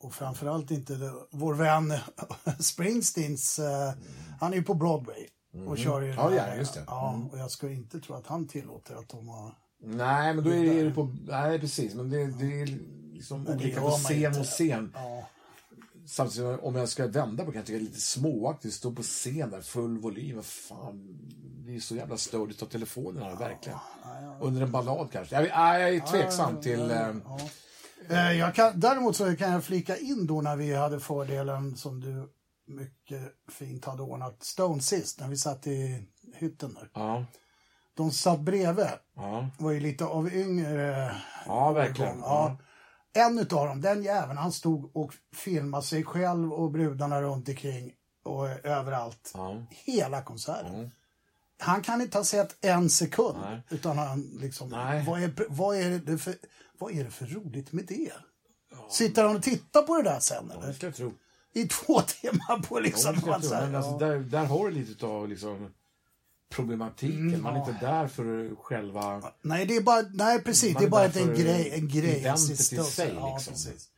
Speaker 1: Och framförallt inte det, vår vän [laughs] Springsteens. eh, Han är ju på Broadway. Och kör ju den
Speaker 2: Mm. Ja,
Speaker 1: här-
Speaker 2: ja, just det. Mm.
Speaker 1: Ja, och jag skulle inte tro att han tillåter att de har...
Speaker 2: Nej, men då är det på... Nej, precis. Men det, det är liksom
Speaker 1: Men det gör
Speaker 2: olika på
Speaker 1: man ju
Speaker 2: scen
Speaker 1: inte.
Speaker 2: och scen.
Speaker 1: Ja,
Speaker 2: Samtidigt som om jag ska vända på det kan jag tycka det är lite småaktigt. Stå på scen där, full volym. Vad fan, det är så jävla störigt att ta telefonerna, verkligen.
Speaker 1: Ah,
Speaker 2: Under en ballad kanske. Jag, nej, jag är tveksam till... eh,
Speaker 1: Eh, Jag kan, däremot så kan jag flika in då när vi hade fördelen som du mycket fint hade ordnat Stone sist, när vi satt i hytten där.
Speaker 2: Ja,
Speaker 1: De satt bredvid,
Speaker 2: ja,
Speaker 1: var ju lite av yngre.
Speaker 2: ja, verkligen.
Speaker 1: Ja. En utav dem, den jäveln, han stod och filmade sig själv och brudarna runt omkring och överallt.
Speaker 2: Ja.
Speaker 1: Hela konserten.
Speaker 2: Mm.
Speaker 1: Han kan inte ha sett en sekund.
Speaker 2: Nej.
Speaker 1: Utan han liksom,
Speaker 2: Nej.
Speaker 1: Vad, är, vad, är det för, vad är det för roligt med det? Sitter han och tittar på det där sen
Speaker 2: Ja, det
Speaker 1: eller?
Speaker 2: ska jag tro.
Speaker 1: I två timmar på
Speaker 2: Ja,
Speaker 1: liksom.
Speaker 2: det ska jag
Speaker 1: man
Speaker 2: tro.
Speaker 1: så här,
Speaker 2: Men alltså,
Speaker 1: ja.
Speaker 2: där, där har du lite av liksom, problematiken.
Speaker 1: Mm,
Speaker 2: Man är inte där för själva...
Speaker 1: Nej, det är bara, nej precis,
Speaker 2: Man
Speaker 1: det är
Speaker 2: är
Speaker 1: bara
Speaker 2: där
Speaker 1: att det är en
Speaker 2: för
Speaker 1: grej. En grej
Speaker 2: eventet i
Speaker 1: sista och så-
Speaker 2: sig,
Speaker 1: ja,
Speaker 2: liksom.
Speaker 1: precis.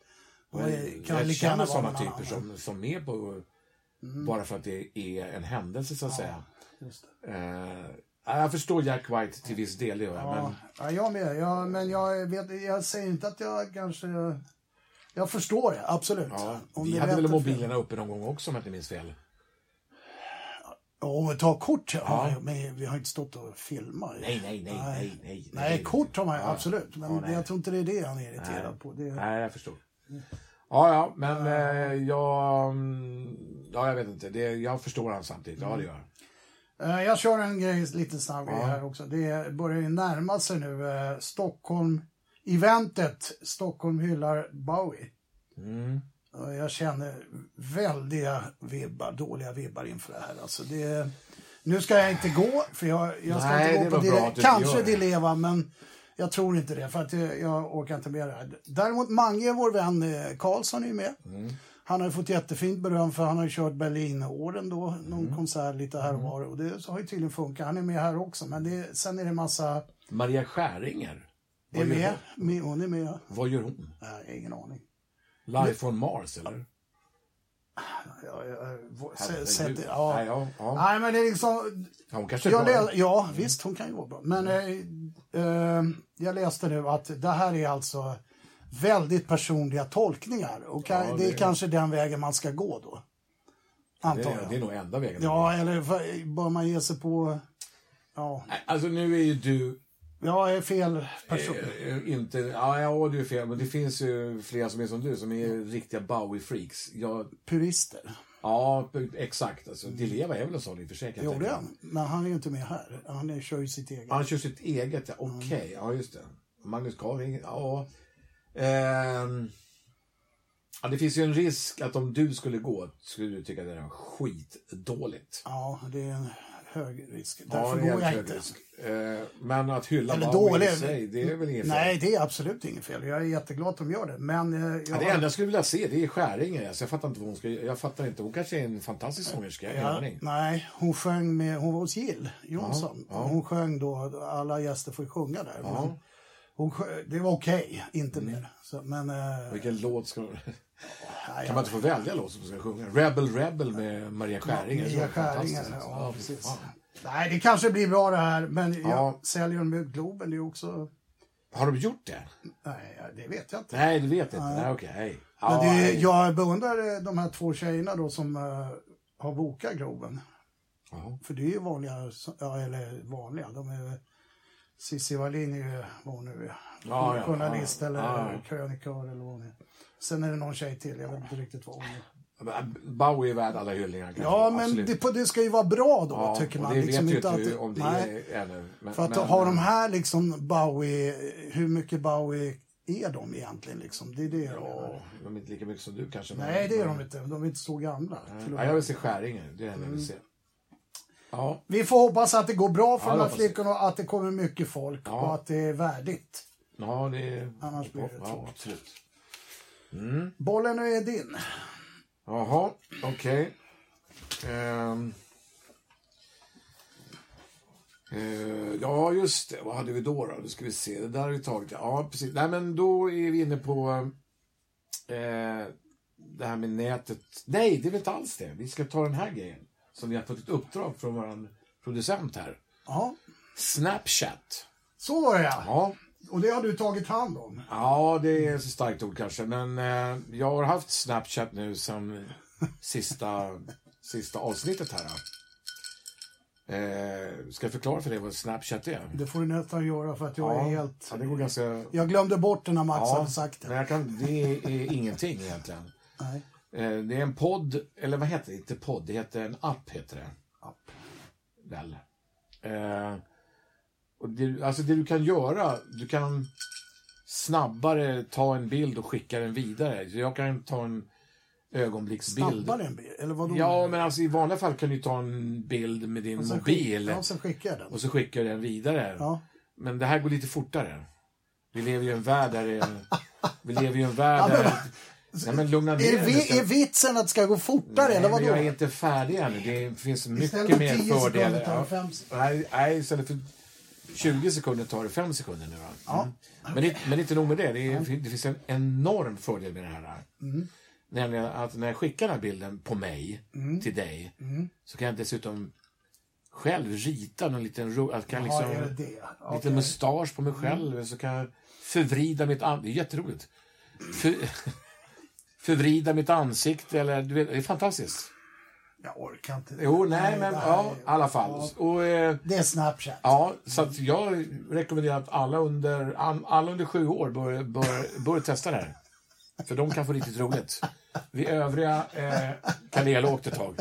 Speaker 1: Och
Speaker 2: eh, Jag,
Speaker 1: det kan lika gärna
Speaker 2: känner
Speaker 1: vara
Speaker 2: sådana
Speaker 1: någon
Speaker 2: typer
Speaker 1: annan. Mm.
Speaker 2: som, som är på... Bara för att det är en händelse, så att säga.
Speaker 1: Just det.
Speaker 2: Eh, jag förstår Jack White till viss del, det gör jag.
Speaker 1: Ja,
Speaker 2: Men,
Speaker 1: ja, jag med. Jag, men jag, vet, jag säger inte att jag kanske... Jag förstår det, absolut.
Speaker 2: ja,
Speaker 1: Om
Speaker 2: vi
Speaker 1: det
Speaker 2: hade
Speaker 1: rätt
Speaker 2: väl
Speaker 1: eller fel.
Speaker 2: mobilerna uppe någon gång också, om jag inte minns fel.
Speaker 1: Och ta kort, ja.
Speaker 2: Ja.
Speaker 1: men vi har inte stått och filmat.
Speaker 2: Nej, nej, nej, nej, nej.
Speaker 1: Nej, kort har man ju,
Speaker 2: Ja.
Speaker 1: absolut. Men
Speaker 2: Ja, nej.
Speaker 1: jag tror inte det är det han är irriterad på. Det,
Speaker 2: Nej, jag förstår.
Speaker 1: Mm.
Speaker 2: Ja, ja, men eh, jag... mm, Ja, jag vet inte. Det, jag förstår han samtidigt. Ja, det
Speaker 1: Mm.
Speaker 2: gör jag.
Speaker 1: Eh, Jag kör en grej, lite snabb grej här också. Det börjar ju närma sig nu eh, Stockholm-eventet. Stockholm hyllar Bowie. Och Jag känner väldiga vibbar, dåliga vibbar inför det här. Alltså det, nu ska jag inte gå, för jag, jag ska
Speaker 2: Nej,
Speaker 1: inte
Speaker 2: det
Speaker 1: gå
Speaker 2: var
Speaker 1: på
Speaker 2: bra
Speaker 1: Dile-
Speaker 2: att du inte
Speaker 1: Kanske
Speaker 2: gör det.
Speaker 1: Dileva, men jag tror inte det, för att jag, jag orkar inte med det här. Däremot Mange, vår vän eh, Karlsson, är ju med.
Speaker 2: Mm.
Speaker 1: Han har ju fått jättefint beröm för han har ju kört Berlinåren då, någon
Speaker 2: Mm.
Speaker 1: konsert lite här och var. Och det har ju tydligen funkat. Han är med här också, men det, sen är det massa...
Speaker 2: Maria Skäringer.
Speaker 1: Är
Speaker 2: gör
Speaker 1: med,
Speaker 2: hon?
Speaker 1: med, hon är med.
Speaker 2: Vad gör hon?
Speaker 1: Nej, ingen aning.
Speaker 2: Live från Mars, eller?
Speaker 1: Jag, jag, jag,
Speaker 2: Herregud.
Speaker 1: eh, sä- sätter- ja.
Speaker 2: Nej, ja, ja.
Speaker 1: Nej, men det är liksom...
Speaker 2: Ja, hon kanske är
Speaker 1: Jag
Speaker 2: bra. Mm.
Speaker 1: lä- ja, visst, hon kan ju vara bra. Men eh, eh, jag läste nu att det här är alltså väldigt personliga tolkningar. Och ka-
Speaker 2: Ja,
Speaker 1: det, är
Speaker 2: det-
Speaker 1: kanske den vägen man ska gå då. Antar
Speaker 2: det,
Speaker 1: jag.
Speaker 2: det är nog enda vägen.
Speaker 1: Ja, eller v- bör man ge sig på... Ja,
Speaker 2: Nej, Alltså, nu är ju du
Speaker 1: jag är fel person.
Speaker 2: eh, inte... Ja, ja, du är fel. Men det finns ju flera som är som du, som är riktiga Bowie-freaks. Jag,
Speaker 1: Purister.
Speaker 2: ja, exakt. Alltså, Di Leva är väl en sån i och för sig. kan jag
Speaker 1: Gjorde
Speaker 2: tänka.
Speaker 1: han? Men han är ju inte med här. Han är, kör ju sitt eget. Mm.
Speaker 2: Han kör sitt eget, ja. okej. Ja, just det. Magnus Carlgren, ja. Ehm, ja, det finns ju en risk att om du skulle gå skulle du tycka att det är skitdåligt.
Speaker 1: Ja, det är en hög risk.
Speaker 2: Ja,
Speaker 1: Därför
Speaker 2: det är
Speaker 1: går jag
Speaker 2: jävligt
Speaker 1: inte.
Speaker 2: risk. Eh, men att hylla
Speaker 1: Eller
Speaker 2: Bowie
Speaker 1: dålig.
Speaker 2: i sig, det är väl inget
Speaker 1: Nej,
Speaker 2: fel?
Speaker 1: det är absolut inget fel. Jag är jätteglad att de gör det. Men eh,
Speaker 2: Ja,
Speaker 1: jag,
Speaker 2: det enda jag skulle vilja se det är Skäringer. Alltså, jag fattar inte vad hon ska Jag fattar inte. Hon kanske är en fantastisk sångerska. Jag har ingen
Speaker 1: Ja,
Speaker 2: aning.
Speaker 1: nej, hon sjöng med, hon var hos Jill Johnson.
Speaker 2: Ja, ja.
Speaker 1: Hon sjöng då, alla gäster får ju sjunga där. Men hon sjö, det var okej, inte
Speaker 2: Mm.
Speaker 1: mer. Så, men, eh,
Speaker 2: Vilken låt ska hon...
Speaker 1: nej,
Speaker 2: Kan man inte få välja låt som ska sjunga? Rebel Rebel med Maria Skäringer.
Speaker 1: Mia
Speaker 2: Det var fantastiskt.
Speaker 1: Skäringer, ja,
Speaker 2: fy
Speaker 1: precis.
Speaker 2: fan.
Speaker 1: nej, det kanske blir bra det här, men
Speaker 2: Ja.
Speaker 1: jag säljer den med Globen, det är också...
Speaker 2: Har de gjort det?
Speaker 1: Nej, det vet jag inte.
Speaker 2: Nej, det vet jag inte. Nej, okej.
Speaker 1: Men
Speaker 2: Ja,
Speaker 1: det,
Speaker 2: nej.
Speaker 1: jag beundrar eh, de här två tjejerna då som eh, har bokat Globen.
Speaker 2: Ja.
Speaker 1: För det är ju vanliga, ja, eller vanliga, de är Cissi Wallin är ju vad hon nu är.
Speaker 2: Ja, ja,
Speaker 1: journalist
Speaker 2: ja,
Speaker 1: eller
Speaker 2: ja, ja.
Speaker 1: krönikör eller vad hon är. Sen är det någon tjej till, jag vet inte riktigt vad hon är.
Speaker 2: Men Bowie är värd alla hyllningar. kanske.
Speaker 1: Ja, men
Speaker 2: Absolut.
Speaker 1: det, på- det ska ju vara bra då,
Speaker 2: Ja,
Speaker 1: tycker
Speaker 2: och
Speaker 1: man.
Speaker 2: Det
Speaker 1: liksom
Speaker 2: vet ju
Speaker 1: inte
Speaker 2: inte
Speaker 1: att
Speaker 2: du om det
Speaker 1: nej,
Speaker 2: är ännu. Men-
Speaker 1: För att
Speaker 2: men-
Speaker 1: ha de här liksom Bowie, hur mycket Bowie är de egentligen liksom? Det är det jag menar.
Speaker 2: Ja, de är inte lika mycket som du kanske. men-
Speaker 1: Nej, det är de inte. De är inte Mm. så gamla. till och
Speaker 2: Mm. Ja, jag
Speaker 1: med.
Speaker 2: vill se Skäringer. Det är det jag vill se. Ja,
Speaker 1: Vi får hoppas att det går bra för
Speaker 2: Ja,
Speaker 1: de här
Speaker 2: hoppas jag.
Speaker 1: flickorna och att det kommer mycket folk
Speaker 2: Ja.
Speaker 1: och att det är värdigt.
Speaker 2: ja det är...
Speaker 1: Annars blir det
Speaker 2: ja,
Speaker 1: tråkigt.
Speaker 2: absolut.
Speaker 1: Bollen är din.
Speaker 2: Jaha, okej. Ehm. Eh, ja, just det. Vad hade vi då? då? Nu ska vi se. Det där har vi tagit. Ja, precis. Nej, men då är vi inne på eh, det här med nätet. Nej, det är väl inte alls det. Vi ska ta den här grejen. Som vi har fått ett uppdrag från vår producent här.
Speaker 1: Ja,
Speaker 2: Snapchat.
Speaker 1: så var det ja.
Speaker 2: Ja,
Speaker 1: Och det har du tagit hand om.
Speaker 2: Ja, det är så starkt ord kanske. Men eh, jag har haft Snapchat nu sen
Speaker 1: [laughs]
Speaker 2: sista, sista avsnittet här. Eh, ska jag förklara för dig vad Snapchat är?
Speaker 1: Det får du nästan göra för att jag
Speaker 2: Ja,
Speaker 1: är helt...
Speaker 2: ja, det går ganska...
Speaker 1: Jag glömde bort det när Max
Speaker 2: ja,
Speaker 1: hade sagt det.
Speaker 2: men jag kan, det är ingenting egentligen.
Speaker 1: Nej.
Speaker 2: Eh, det är en podd, eller vad heter det? Inte podd, det heter en app heter det.
Speaker 1: App.
Speaker 2: Väl. Eh, och det, alltså det du kan göra, du kan snabbare ta en bild och skicka den vidare. Så jag kan ta en ögonblicksbild.
Speaker 1: Snabbare än bil? Eller vadå?
Speaker 2: Ja, men alltså i vanliga fall kan du ta en bild med din
Speaker 1: Och sen skick-
Speaker 2: mobil
Speaker 1: Ja, sen skickar jag den.
Speaker 2: och så skickar du den vidare.
Speaker 1: Ja.
Speaker 2: Men det här går lite fortare. Vi lever ju i en värld där
Speaker 1: [laughs]
Speaker 2: det är... Vi lever ju i en värld
Speaker 1: men-
Speaker 2: där... Nej, men lugna ner
Speaker 1: Är,
Speaker 2: dig.
Speaker 1: vi, är vitsen att det ska gå fortare
Speaker 2: Nej,
Speaker 1: eller
Speaker 2: men
Speaker 1: vadå?
Speaker 2: jag är inte färdig ännu. Det finns
Speaker 1: Istället
Speaker 2: mycket
Speaker 1: för
Speaker 2: mer
Speaker 1: 10 sekunder
Speaker 2: fördelar.
Speaker 1: tar det
Speaker 2: Ja.
Speaker 1: fem-
Speaker 2: Nej, nej, istället för 20 sekunder tar det 5 sekunder nu. Va?
Speaker 1: Ja.
Speaker 2: Men, det, men inte nog med det. Det, är, det finns en enorm fördel med det här.
Speaker 1: Mm.
Speaker 2: Nämligen att när jag skickar den här bilden på mig
Speaker 1: Mm.
Speaker 2: till dig så kan jag dessutom själv rita någon liten... Ro, att
Speaker 1: Ja,
Speaker 2: kan liksom,
Speaker 1: är det det?
Speaker 2: Lite
Speaker 1: Okej.
Speaker 2: mustasch på mig själv så kan jag förvrida mitt ansikte. Det är jätteroligt. För, [laughs] förvrida mitt ansikte eller du vet, det är fantastiskt.
Speaker 1: Jag orkar inte.
Speaker 2: Jo, nej, men
Speaker 1: det här
Speaker 2: ja,
Speaker 1: är-
Speaker 2: i alla fall. Och, eh,
Speaker 1: Det är Snapchat.
Speaker 2: ja, så att jag rekommenderar att alla under, an- alla under sju år bör, bör, bör testa det här. För de kan få riktigt roligt. Vi övriga eh, kan le lågt ett tag.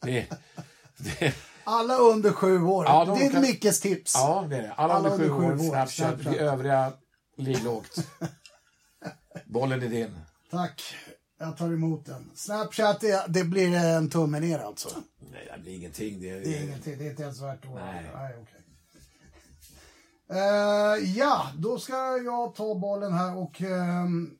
Speaker 2: Det, det,
Speaker 1: Alla under sju år.
Speaker 2: Ja, de
Speaker 1: det är
Speaker 2: kan-
Speaker 1: Mickes tips.
Speaker 2: Ja, det är det. Alla, under sju år, Snapchat. Snapchat. Vi övriga, ligg lågt. [laughs] Bollen är din.
Speaker 1: Tack. Jag tar emot den. Snapchat, det, det blir en tumme ner alltså.
Speaker 2: Nej, det är ingenting. Det är,
Speaker 1: Det är ingenting, det är inte ens värt att...
Speaker 2: Nej.
Speaker 1: okej. Eh, ja, då ska jag ta bollen här och... ehm,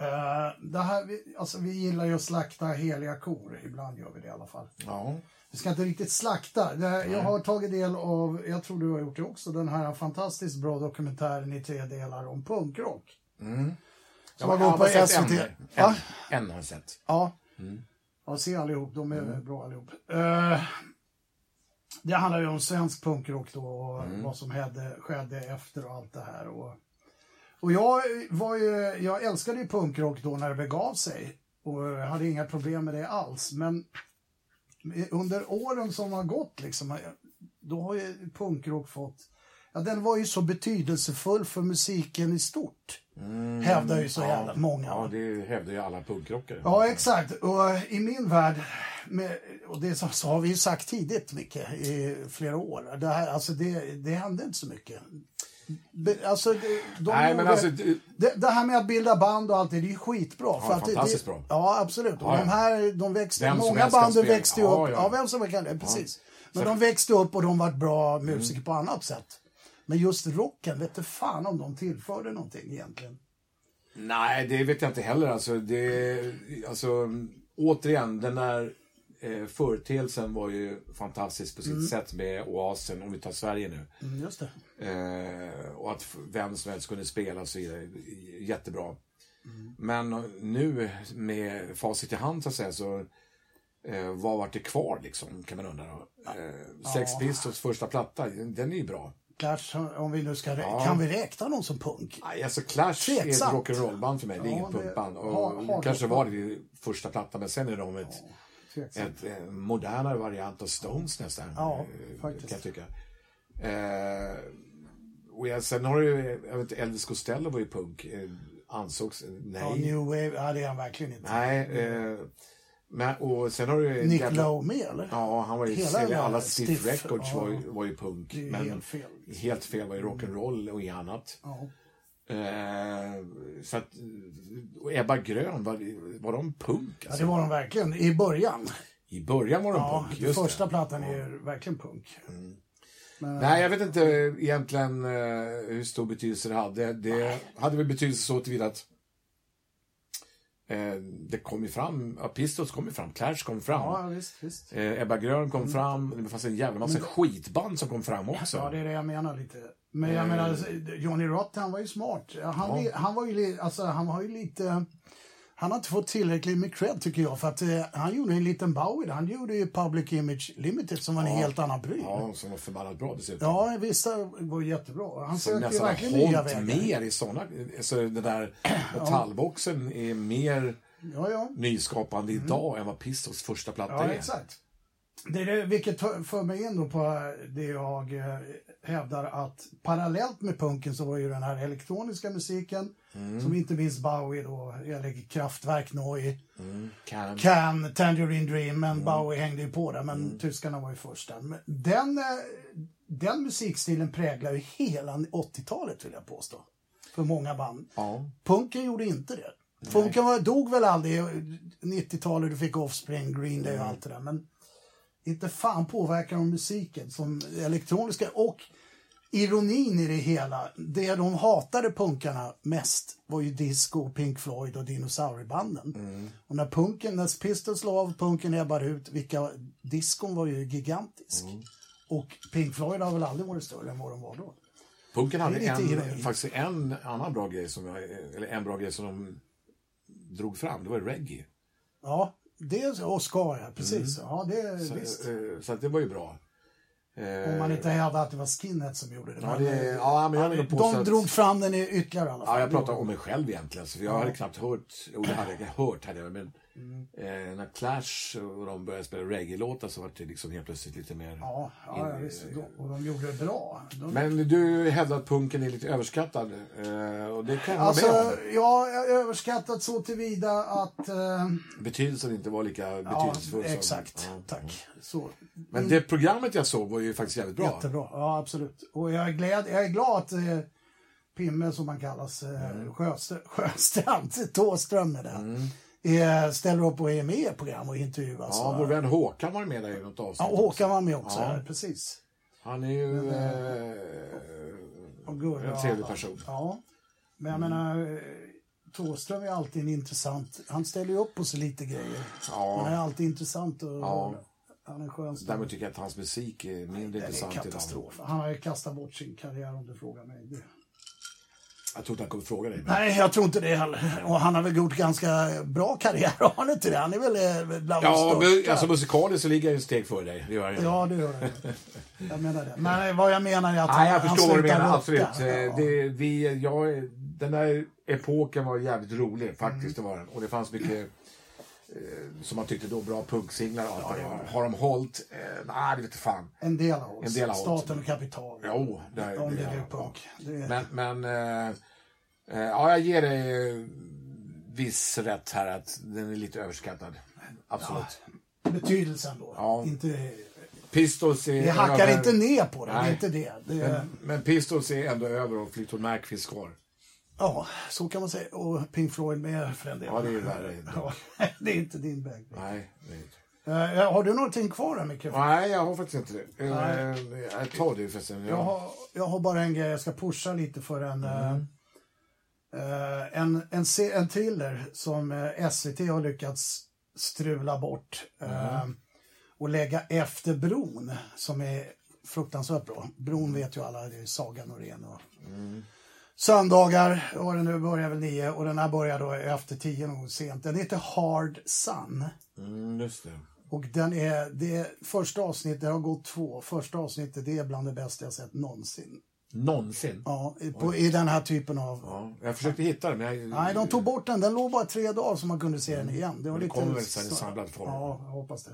Speaker 1: eh, det här, vi, alltså vi gillar ju att slakta heliga kor, ibland gör vi det i alla fall.
Speaker 2: Ja.
Speaker 1: Vi ska inte riktigt slakta. Det här, jag har tagit del av, jag tror du har gjort det också, den här fantastiskt bra dokumentären i tre delar om punkrock. Som har gått
Speaker 2: Mm. alla
Speaker 1: på
Speaker 2: har sett
Speaker 1: SVT.
Speaker 2: En,
Speaker 1: Va?
Speaker 2: en, en har jag sett.
Speaker 1: Ja.
Speaker 2: Mm.
Speaker 1: Ja, se allihop. De är bra allihop. Eh, det handlar ju om svensk punkrock då och
Speaker 2: Mm.
Speaker 1: vad som hände, skedde efter och allt det här. Och, och jag, var ju, jag älskade ju punkrock då när det begav sig och jag hade inga problem med det alls. Men under åren som har gått liksom, då har ju punkrock fått Ja, den var ju så betydelsefull för musiken i stort, hävdar ju så jävla många.
Speaker 2: Mm. Ja, det hävdar ju alla punkrockare.
Speaker 1: Ja, exakt. Och eh, i min värld, med, och det så, så har vi ju sagt tidigt, Micke, i flera år. Det, här, alltså det, det hände inte så mycket. Be- Alltså, de, de
Speaker 2: Nej, men
Speaker 1: gjorde-
Speaker 2: alltså... det-
Speaker 1: det, det här med att bilda band och allt det, det är ju skitbra. för att det-
Speaker 2: fantastiskt
Speaker 1: det,
Speaker 2: bra.
Speaker 1: Ja, absolut. Och
Speaker 2: Ja, ja.
Speaker 1: de här, de växte,
Speaker 2: Vem som
Speaker 1: många
Speaker 2: helst kan
Speaker 1: banden
Speaker 2: spela.
Speaker 1: växte ju
Speaker 2: Ja,
Speaker 1: upp. Ja,
Speaker 2: ja.
Speaker 1: vem som helst kan det, precis. Men de växte upp och de vart bra musiker
Speaker 2: Mm.
Speaker 1: på annat sätt. Men just rocken, vet du fan om de tillförde någonting egentligen.
Speaker 2: Nej, det vet jag inte heller. Alltså, det, alltså, återigen, den där eh, företeelsen var ju fantastisk på sitt sätt med Oasen, om vi tar Sverige nu.
Speaker 1: Mm, just det.
Speaker 2: Eh, och att f- vem som helst kunde spela och så vidare. Jättebra. Men nu med facit i hand så att säga så eh, vad vart det kvar liksom kan man undra. då. Eh, Sex Pistols första platta, den är ju bra.
Speaker 1: Clash, om vi nu ska... rä-
Speaker 2: Ja.
Speaker 1: Kan vi räkna någon som punk?
Speaker 2: Nej, Alltså Clash
Speaker 1: Tveksamt.
Speaker 2: är ett rock'n'roll-band för mig, det är
Speaker 1: Ja,
Speaker 2: inget
Speaker 1: det-
Speaker 2: punkband.
Speaker 1: har-
Speaker 2: Och
Speaker 1: har-
Speaker 2: kanske var det ju första plattan men sen är de ett,
Speaker 1: Tveksamt.
Speaker 2: ett eh, modernare variant av Stones nästan.
Speaker 1: Ja,
Speaker 2: eh,
Speaker 1: faktiskt.
Speaker 2: Kan jag tycka. Eh, och jag, sen har du ju, jag vet inte, Elvis Costello var ju punk. Eh, ansågs, eh,
Speaker 1: Ja,
Speaker 2: nej.
Speaker 1: New Wave, ja det är han verkligen inte.
Speaker 2: nej eh, men, och sen har du ju...
Speaker 1: Nick
Speaker 2: jävla-
Speaker 1: Lomé eller?
Speaker 2: Ja, han var ju...
Speaker 1: Hela
Speaker 2: Hela
Speaker 1: den här
Speaker 2: alla Stiff,
Speaker 1: Stiff,
Speaker 2: Records
Speaker 1: ja.
Speaker 2: var, ju- var ju punk.
Speaker 1: det är ju
Speaker 2: men
Speaker 1: helt fel.
Speaker 2: helt fel var ju rock'n'roll och inget annat.
Speaker 1: Ja.
Speaker 2: Eh, så att, och Ebba Grön, var, var de punk?
Speaker 1: ja,
Speaker 2: Alltså?
Speaker 1: det var de verkligen i början.
Speaker 2: I början var de
Speaker 1: Ja,
Speaker 2: punk,
Speaker 1: den
Speaker 2: just
Speaker 1: första
Speaker 2: det. Mm.
Speaker 1: plattan är ju verkligen punk.
Speaker 2: Nej, jag vet inte egentligen eh, hur stor betydelse det hade. Det hade väl betydelse så tillvida att eh, det kom ju fram, ja, Pistols kom ju fram, Clash kom fram.
Speaker 1: Ja, visst, visst.
Speaker 2: Eh, Ebba Grön kom fram, det fanns en jävla massa skitband som kom fram också.
Speaker 1: Mm. Ja, det är det jag menar lite. Men jag menar, alltså,
Speaker 2: Eh.
Speaker 1: Johnny Rott, han var ju smart. Han, li- han, var ju, li- alltså, han var ju lite... Han har inte fått tillräckligt med cred tycker jag för att eh, han gjorde en liten Bowie. Han gjorde ju Public Image Limited som var en helt annan pryl. Ja.
Speaker 2: Ja, som var förbannat bra dessutom.
Speaker 1: vissa går jättebra. Han
Speaker 2: som
Speaker 1: söker ju
Speaker 2: nästan har
Speaker 1: verkligen nya
Speaker 2: hållit
Speaker 1: vägar.
Speaker 2: mer i sådana, alltså
Speaker 1: [clears throat]
Speaker 2: den där metallboxen är mer
Speaker 1: Ja, ja.
Speaker 2: nyskapande idag än vad Pistols första platta
Speaker 1: Mm. Ja,
Speaker 2: är.
Speaker 1: exakt. Det är det, vilket för för mig in då på det jag eh, hävdar att parallellt med punken så var ju den här elektroniska musiken, som inte minst Bowie då, eller Kraftwerk, Noi,
Speaker 2: Kan,
Speaker 1: Can, Tangerine Dream, men Bowie hängde ju på där, men tyskarna var ju först där. Men den, eh, den musikstilen präglar ju hela 80-talet vill jag påstå, för många band.
Speaker 2: ja.
Speaker 1: Punken gjorde inte det. Punken var, dog väl aldrig 90-talet, du fick Offspring, Green Day och allt det där. Men inte fan påverkar de musiken som elektroniska. Och ironin i det hela, det de hatade punkarna mest var ju disco, Pink Floyd och dinosauriebanden. Och när punken, när Pistols la av, punken ebbar ut, vilka, diskon var ju gigantisk. Och Pink Floyd har väl aldrig varit större än vad de var då.
Speaker 2: Punken hade
Speaker 1: Det är
Speaker 2: en,
Speaker 1: lite ironi.
Speaker 2: faktiskt en annan bra grej som jag, eller en bra grej som de drog fram, det var reggae.
Speaker 1: Ja, det och ska jag, precis. Ja, det
Speaker 2: Så,
Speaker 1: visst.
Speaker 2: eh, så att det var ju bra. Eh,
Speaker 1: Om man inte hävdar att det var skinhead som gjorde det.
Speaker 2: ja,
Speaker 1: men,
Speaker 2: det,
Speaker 1: eh,
Speaker 2: ja, men jag vill nog påstå
Speaker 1: de
Speaker 2: att-
Speaker 1: drog fram den i ytterligare i alla fall.
Speaker 2: Ja, jag pratar om mig själv egentligen, så för jag hade knappt hört, jo
Speaker 1: [clears throat]
Speaker 2: det hade jag hört, hade jag, men
Speaker 1: Mm.
Speaker 2: eh, när Clash och de började spela reggae-låtar så var det liksom helt plötsligt lite mer...
Speaker 1: Ja, ja, ja, visst. De- Och de gjorde det bra. De,
Speaker 2: Men du hävdar att punken är lite överskattad, eh, och det kan jag
Speaker 1: alltså,
Speaker 2: hålla med om.
Speaker 1: ja, jag har överskattat så tillvida att... Eh,
Speaker 2: Betydelsen inte var lika
Speaker 1: ja,
Speaker 2: betydelsefull som...
Speaker 1: exakt.
Speaker 2: Ja. Mm.
Speaker 1: Tack. Så. Mm.
Speaker 2: Men det programmet jag såg var ju faktiskt jävligt bra.
Speaker 1: Jättebra. Ja, absolut. Och jag är, gläd, jag är glad att eh, Pimme, som han kallas, eh,
Speaker 2: Mm.
Speaker 1: Sjöström, [laughs] Sjöstrand, [laughs] Tåström är det. Eh, ställer upp och är med i program och intervjuas.
Speaker 2: Ja, vår vän Håkan var med där i något avsnitt.
Speaker 1: Ja, och Håkan var med också,
Speaker 2: Ja.
Speaker 1: ja. precis.
Speaker 2: Han är ju eh,
Speaker 1: Och Gurra
Speaker 2: en
Speaker 1: och
Speaker 2: trevlig
Speaker 1: alla.
Speaker 2: person. Mm.
Speaker 1: Ja. Men jag menar, Tåström är alltid en intressant... Han ställer ju upp på sig lite grejer. Han är
Speaker 2: Ja,
Speaker 1: alltid intressant och
Speaker 2: Ja.
Speaker 1: han är en skön snubbe.
Speaker 2: däremot tycker jag att hans musik är mindre
Speaker 1: Det är
Speaker 2: intressant idag.
Speaker 1: katastrof. Han har ju kastat bort sin karriär om du frågar mig. Det...
Speaker 2: Jag tror inte han kommer fråga dig. men-
Speaker 1: Nej, jag tror inte det heller. Och han har väl gjort ganska bra karriär, har han inte det? Han är väl eh, bland de
Speaker 2: Ja,
Speaker 1: största.
Speaker 2: men, alltså musikaliskt så ligger jag ju ett steg före dig. Det gör jag. ju.
Speaker 1: Ja, det gör han. Jag menar det. Men eh, vad jag menar är att
Speaker 2: Nej, jag
Speaker 1: han
Speaker 2: förstår vad du
Speaker 1: slutar
Speaker 2: menar,
Speaker 1: rocka.
Speaker 2: absolut. Eh,
Speaker 1: Ja.
Speaker 2: Det, vi, jag, den där epoken var jävligt rolig faktiskt,
Speaker 1: Mm.
Speaker 2: det var den. Och det fanns mycket, eh, som man tyckte då, bra punksinglar och allt vad det var. Har de hållit? Eh, nej, det vete fan.
Speaker 1: En del har hållit.
Speaker 2: En del har hållit.
Speaker 1: Staten och kapital.
Speaker 2: Jo, det,
Speaker 1: Om det
Speaker 2: det-
Speaker 1: är punk. Det är...
Speaker 2: Men, men eh, eh, ja, jag ger dig eh, viss rätt här att den är lite överskattad. Absolut.
Speaker 1: betydelsen då.
Speaker 2: Ja.
Speaker 1: Inte
Speaker 2: Pistols är...
Speaker 1: Vi hackar
Speaker 2: över.
Speaker 1: inte ner på det, det är
Speaker 2: Nej.
Speaker 1: inte det. det är,
Speaker 2: Men, men Pistols är ändå över och Fleetwood Mac finns kvar.
Speaker 1: ja, så kan man säga. Och Pink Floyd med för en del.
Speaker 2: Ja, det är ju värre.
Speaker 1: [laughs] Ja, det är inte din bag.
Speaker 2: Nej, det är inte.
Speaker 1: Eh, har du någonting kvar där, Micke?
Speaker 2: Nej, jag har faktiskt inte det. Eh, Jag tar det förresten.
Speaker 1: Jag
Speaker 2: Ja.
Speaker 1: har, jag har bara en grej jag ska pusha lite för en, eh, eh, en, en, se- en thriller som eh, SVT har lyckats strula bort eh, och lägga efter Bron som är fruktansvärt bra. Bron vet ju alla, det är Saga Norén och Söndagar, och den nu börjar väl nio och den här börjar då efter tio någon gång sent. Den heter Hard Sun.
Speaker 2: Mm, just det.
Speaker 1: Och den är, det första avsnittet, det har gått två, första avsnittet det är bland det bästa jag sett någonsin.
Speaker 2: Någonsin.
Speaker 1: Ja, i- på, i den här typen av...
Speaker 2: Ja, jag försökte hitta den, men jag...
Speaker 1: Nej, de tog bort den. Den låg bara tre dagar så man kunde se den igen. Det var
Speaker 2: Men Mm. det
Speaker 1: lite...
Speaker 2: kommer väl sen i samlad form.
Speaker 1: Ja, jag hoppas det.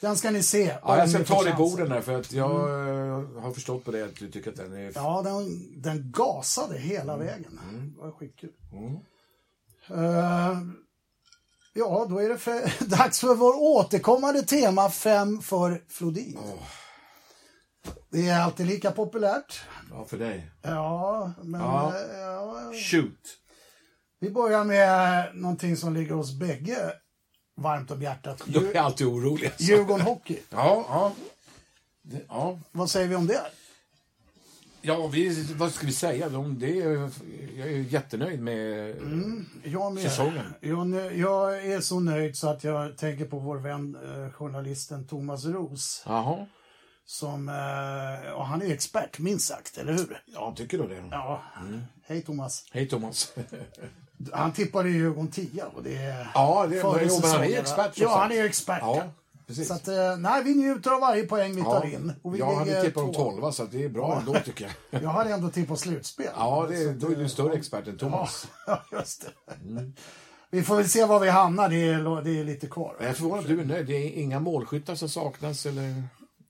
Speaker 1: Den ska ni se.
Speaker 2: Ja, jag ska
Speaker 1: Om ni får
Speaker 2: ta dig på
Speaker 1: chansen.
Speaker 2: orden där, för att jag eh, har förstått på det att du tycker att den är...
Speaker 1: Mm. Ja, den, den gasade hela vägen. Det var skitkul.
Speaker 2: Mm.
Speaker 1: Eh, ja, då är det för, [laughs] dags för vår återkommande tema fem för Flodin. Det är alltid lika populärt.
Speaker 2: Ja, för dig.
Speaker 1: Ja, men...
Speaker 2: Ja.
Speaker 1: eh, ja.
Speaker 2: Shoot!
Speaker 1: Vi börjar med någonting som ligger oss bägge varmt om hjärtat.
Speaker 2: Då är jag alltid orolig. alltså.
Speaker 1: Djurgården Hockey.
Speaker 2: Ja, ja. Det- ja.
Speaker 1: Vad säger vi om det?
Speaker 2: Ja, vi, vad ska vi säga? De, det är, jag är jättenöjd med...
Speaker 1: Mm. Jag med.
Speaker 2: Säsongen.
Speaker 1: Jag, nö- jag är så nöjd så att jag tänker på vår vän eh, journalisten Thomas Roos.
Speaker 2: Jaha.
Speaker 1: Som, eh, och han är ju expert, minst sagt, eller hur?
Speaker 2: Ja, tycker du det?
Speaker 1: Ja.
Speaker 2: Mm.
Speaker 1: Hej Thomas.
Speaker 2: Hej Thomas.
Speaker 1: Han tippade ju Djurgården 10 och det är...
Speaker 2: Ja, [laughs] det,
Speaker 1: före
Speaker 2: men, jo, men han är
Speaker 1: säsongen,
Speaker 2: ju
Speaker 1: va?
Speaker 2: expert. som
Speaker 1: Ja,
Speaker 2: sagt.
Speaker 1: han är ju expert.
Speaker 2: Ja, precis.
Speaker 1: Så att, eh, nej, vi njuter av varje poäng vi tar
Speaker 2: ja.
Speaker 1: in. Och vi
Speaker 2: jag hade
Speaker 1: ligger
Speaker 2: tippat om
Speaker 1: två.
Speaker 2: 12 så att det är bra ändå tycker
Speaker 1: [laughs]
Speaker 2: jag.
Speaker 1: Jag hade ändå tippat slutspel.
Speaker 2: Ja, det, då är du större expert än
Speaker 1: Ja,
Speaker 2: Thomas.
Speaker 1: [laughs] ja, just det. Vi får väl se var vi hamnar, det är, det är lite kvar.
Speaker 2: Jag är förvånad att du är nöjd. Det är inga målskyttar som saknas eller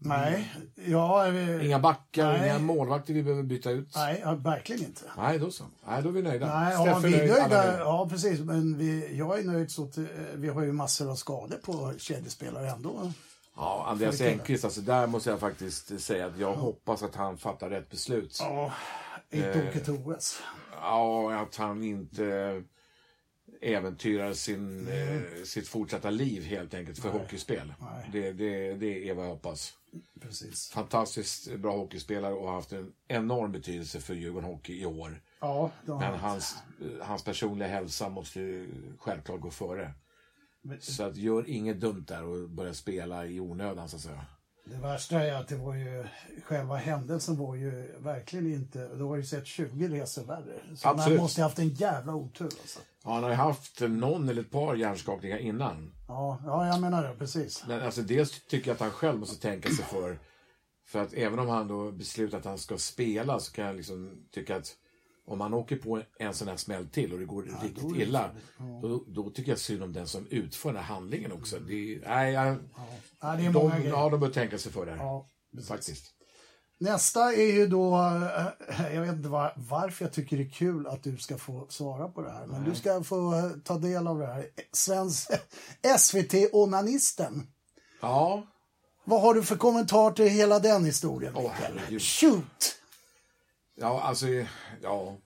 Speaker 1: Nej, ja, vi,
Speaker 2: inga backar,
Speaker 1: Nej.
Speaker 2: inga målvakter vi behöver byta ut. Nej,
Speaker 1: nej ja, verkligen inte.
Speaker 2: då så. Nej, då är vi nöjda.
Speaker 1: Nej, ja,
Speaker 2: Steffe
Speaker 1: vi är
Speaker 2: alla
Speaker 1: nöjda. Ja, precis. Men vi, jag är nöjd så att eh, vi har ju massor av skador på kedjespelare ändå.
Speaker 2: Ja, Andreas Enqvist, alltså, där måste jag faktiskt säga att jag hoppas att han fattar rätt beslut.
Speaker 1: Ja,
Speaker 2: eh,
Speaker 1: inte åker till OS.
Speaker 2: Ja, att han inte äventyrar sin, eh, sitt fortsatta liv helt enkelt för hockeyspel.
Speaker 1: Mm. Nej.
Speaker 2: Det, det, det är vad jag hoppas.
Speaker 1: Precis.
Speaker 2: Fantastiskt bra hockeyspelare och har haft en enorm betydelse för Djurgården Hockey i år.
Speaker 1: Ja, då,
Speaker 2: Men hans, eh, hans personliga hälsa måste ju självklart gå före. Så att gör inget dumt där och börja spela i onödan så att säga.
Speaker 1: det värsta är att det var ju, själva händelsen var ju verkligen inte, du har ju sett 20 resor värre. Så man
Speaker 2: Absolut.
Speaker 1: måste ju haft en jävla otur alltså.
Speaker 2: Ja, han har ju haft någon eller ett par hjärnskakningar innan.
Speaker 1: Ja, ja jag menar det, precis.
Speaker 2: Men alltså, dels tycker jag att han själv måste tänka sig för. För att även om han då beslutar att han ska spela så kan jag liksom tycka att om han åker på en sån här smäll till och det går riktigt illa,
Speaker 1: liksom-
Speaker 2: då, då tycker jag synd om den som utför den här handlingen också. Det, är- nej, jag,
Speaker 1: Mm. Ja, det är många
Speaker 2: de,
Speaker 1: grejer.
Speaker 2: ja, de bör tänka sig för där.
Speaker 1: Ja.
Speaker 2: Faktiskt.
Speaker 1: Nästa är ju då, eh, jag vet inte var, varför jag tycker det är kul att du ska få svara på det här, men du ska få eh, ta del av det här. Svensk eh, SVT-onanisten.
Speaker 2: Ja,
Speaker 1: Vad har du för kommentar till hela den historien?
Speaker 2: Åh,
Speaker 1: Mikael?
Speaker 2: herregud.
Speaker 1: Shoot!
Speaker 2: ja alltså, ja.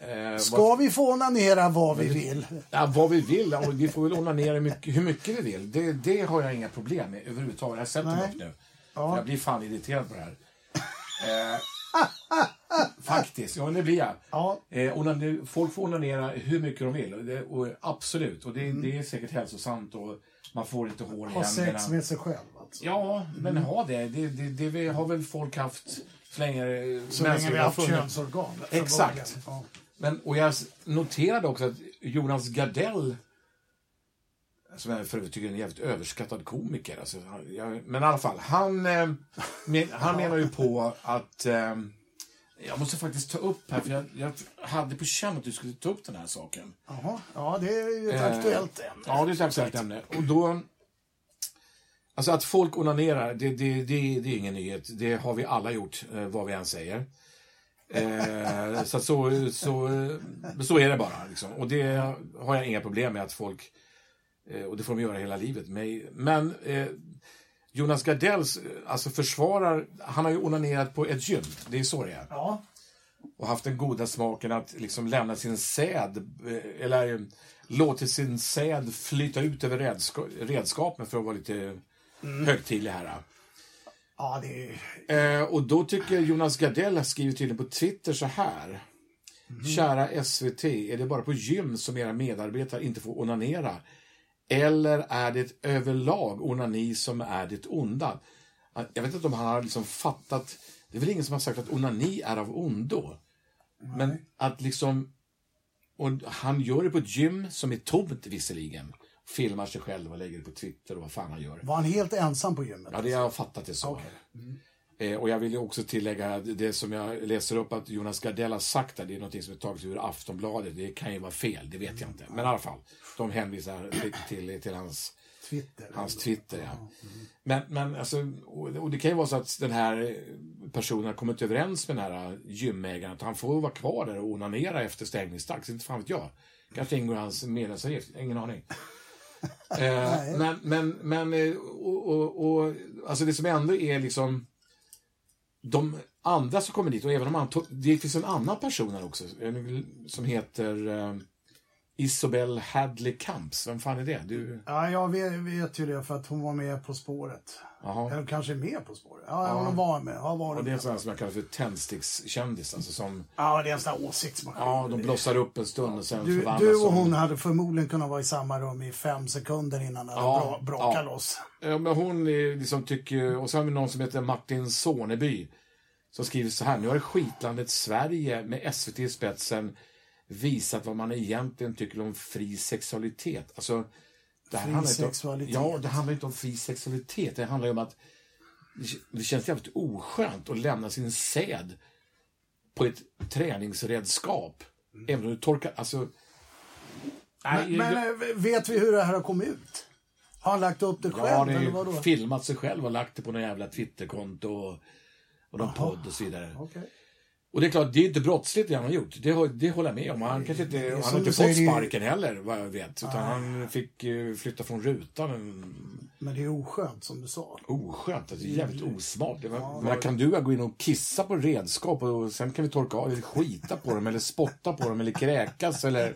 Speaker 2: Eh,
Speaker 1: Ska vi få onanera vad vi vill?
Speaker 2: Ja, vad vi vill. Och vi får väl onanera hur mycket, hur mycket vi vill. Det, det har jag inga problem med överhuvudtaget. Jag sätter mig
Speaker 1: Nej.
Speaker 2: upp nu. För Jag blir fan irriterad på det här. Eh, faktiskt, ja det blir jag.
Speaker 1: Ja.
Speaker 2: Eh, onan- folk får onanera hur mycket de vill. Och det, och, absolut, och det, det är säkert hälsosamt och man får inte hår i
Speaker 1: Mm. Ha
Speaker 2: händerna.
Speaker 1: sex med sig själv alltså.
Speaker 2: Ja, men ha det. Det, det, det vi- har väl folk haft så länge eh,
Speaker 1: Så länge vi
Speaker 2: mänskligheten
Speaker 1: har
Speaker 2: har
Speaker 1: haft
Speaker 2: funnits.
Speaker 1: könsorgan.
Speaker 2: Exakt.
Speaker 1: Ja.
Speaker 2: Men, och jag noterade också att Jonas Gardell, som jag för övrigt tycker är en jävligt överskattad komiker, alltså, han- jag, men i alla fall, han, eh, men, han menar ju på att eh, jag måste faktiskt ta upp här, för jag, jag hade på känn att du skulle ta upp den här saken.
Speaker 1: Jaha. Ja, det är ju ett
Speaker 2: Eh.
Speaker 1: aktuellt ämne.
Speaker 2: Ja, det är ett aktuellt ämne. Och då... Alltså att folk onanerar, det, det, det, det är ingen nyhet. Det har vi alla gjort, eh, vad vi än säger. Eh, så, att så, så, så är det bara. Liksom. Och det har jag inga problem med att folk... eh, Och det får de göra hela livet. Men, men eh, Jonas Gardells eh, alltså försvarar, han har ju onanerat på ett gym, det är så det är.
Speaker 1: Ja,
Speaker 2: Och haft den goda smaken att liksom lämna sin säd, eh, eller eh, låta sin säd flyta ut över redska, redskapen för att vara lite högtidlig här. eh.
Speaker 1: ja det är...
Speaker 2: Eh, och då tycker jag Jonas Gardell har skrivit till på Twitter så här. Kära SVT, är det bara på gym som era medarbetare inte får onanera? Eller är det överlag onani som är det onda? Jag vet inte om han har liksom fattat. Det är väl ingen som har sagt att onani är av ondo. Men att liksom... Och han gör det på ett gym som är tomt visserligen. Filmar sig själv och lägger det på Twitter och vad fan han gör.
Speaker 1: Var han helt ensam på gymmet?
Speaker 2: Ja, det jag har fattat det så. Eh, och jag vill ju också tillägga det som jag läser upp att Jonas Gardell har sagt där, det är något som är taget ur Aftonbladet. Det kan ju vara fel, det vet jag inte. Men i alla fall, de hänvisar till, till, till hans,
Speaker 1: Twitter.
Speaker 2: hans Twitter. Ja. Men, men alltså, och, och det kan ju vara så att den här personen har kommit överens med den här gymägaren att han får vara kvar där och onanera efter stängningsdags. Inte fan vet jag. Kanske ingår i hans medlemsavgift, ingen aning. Eh, men, men, men eh, och, och, och, alltså det som ändå är liksom de andra som kommer dit och även om han tog, det finns en annan person här också en- som heter eh, Isobel Hadley Camps. Vem fan är det? Du,
Speaker 1: Ja, jag vet, vet ju det för att hon var med På spåret.
Speaker 2: aha.
Speaker 1: Eller kanske med På spåret. Ja, hon var med. Har
Speaker 2: Och
Speaker 1: varit
Speaker 2: det är en
Speaker 1: med.
Speaker 2: sån här som jag kallar för tändstickskändis. Alltså som,
Speaker 1: Ja, det är en sån där åsiktsman.
Speaker 2: ja, de blossar upp en stund och sen
Speaker 1: du,
Speaker 2: förvandlas
Speaker 1: du och
Speaker 2: de.
Speaker 1: hon hade förmodligen kunnat vara i samma rum i fem sekunder innan det
Speaker 2: Ja,
Speaker 1: hade bra, brakat
Speaker 2: ja.
Speaker 1: loss.
Speaker 2: Ja, men hon är liksom tycker, och sen har vi någon som heter Martin Soneby som skriver så här, nu har skitlandet Sverige med SVT i spetsen visat vad man egentligen tycker om fri sexualitet. Alltså, det här
Speaker 1: Fri
Speaker 2: handlar inte om-
Speaker 1: sexualitet.
Speaker 2: Ja, det handlar inte om fri sexualitet. Det handlar ju om att det känns jävligt oskönt att lämna sin säd på ett träningsredskap. Även om du torkar, alltså...
Speaker 1: Mm. Men,
Speaker 2: jag-
Speaker 1: men eh, vet vi hur det här har kommit ut? Har han lagt upp det
Speaker 2: Ja, han
Speaker 1: själv eller
Speaker 2: har
Speaker 1: vadå?
Speaker 2: ju filmat sig själv och lagt det på någon jävla Twitterkonto och, och någon podd och så vidare.
Speaker 1: Okej.
Speaker 2: Och det är klart, det är inte brottsligt det han har gjort. Det, hå- det håller jag med om. Han, kanske inte, han
Speaker 1: som
Speaker 2: har inte
Speaker 1: du säger,
Speaker 2: fått
Speaker 1: det är ju- Ah.
Speaker 2: sparken heller, vad jag vet. Utan han fick eh, flytta från rutan. En-
Speaker 1: Men det är oskönt som du sa.
Speaker 2: Oskönt, alltså, jävligt
Speaker 1: Mm.
Speaker 2: osmakligt. Men- Men kan du gå in och kissa på redskap och sen kan vi torka av, eller skita på dem, eller spotta på dem, eller kräkas, eller...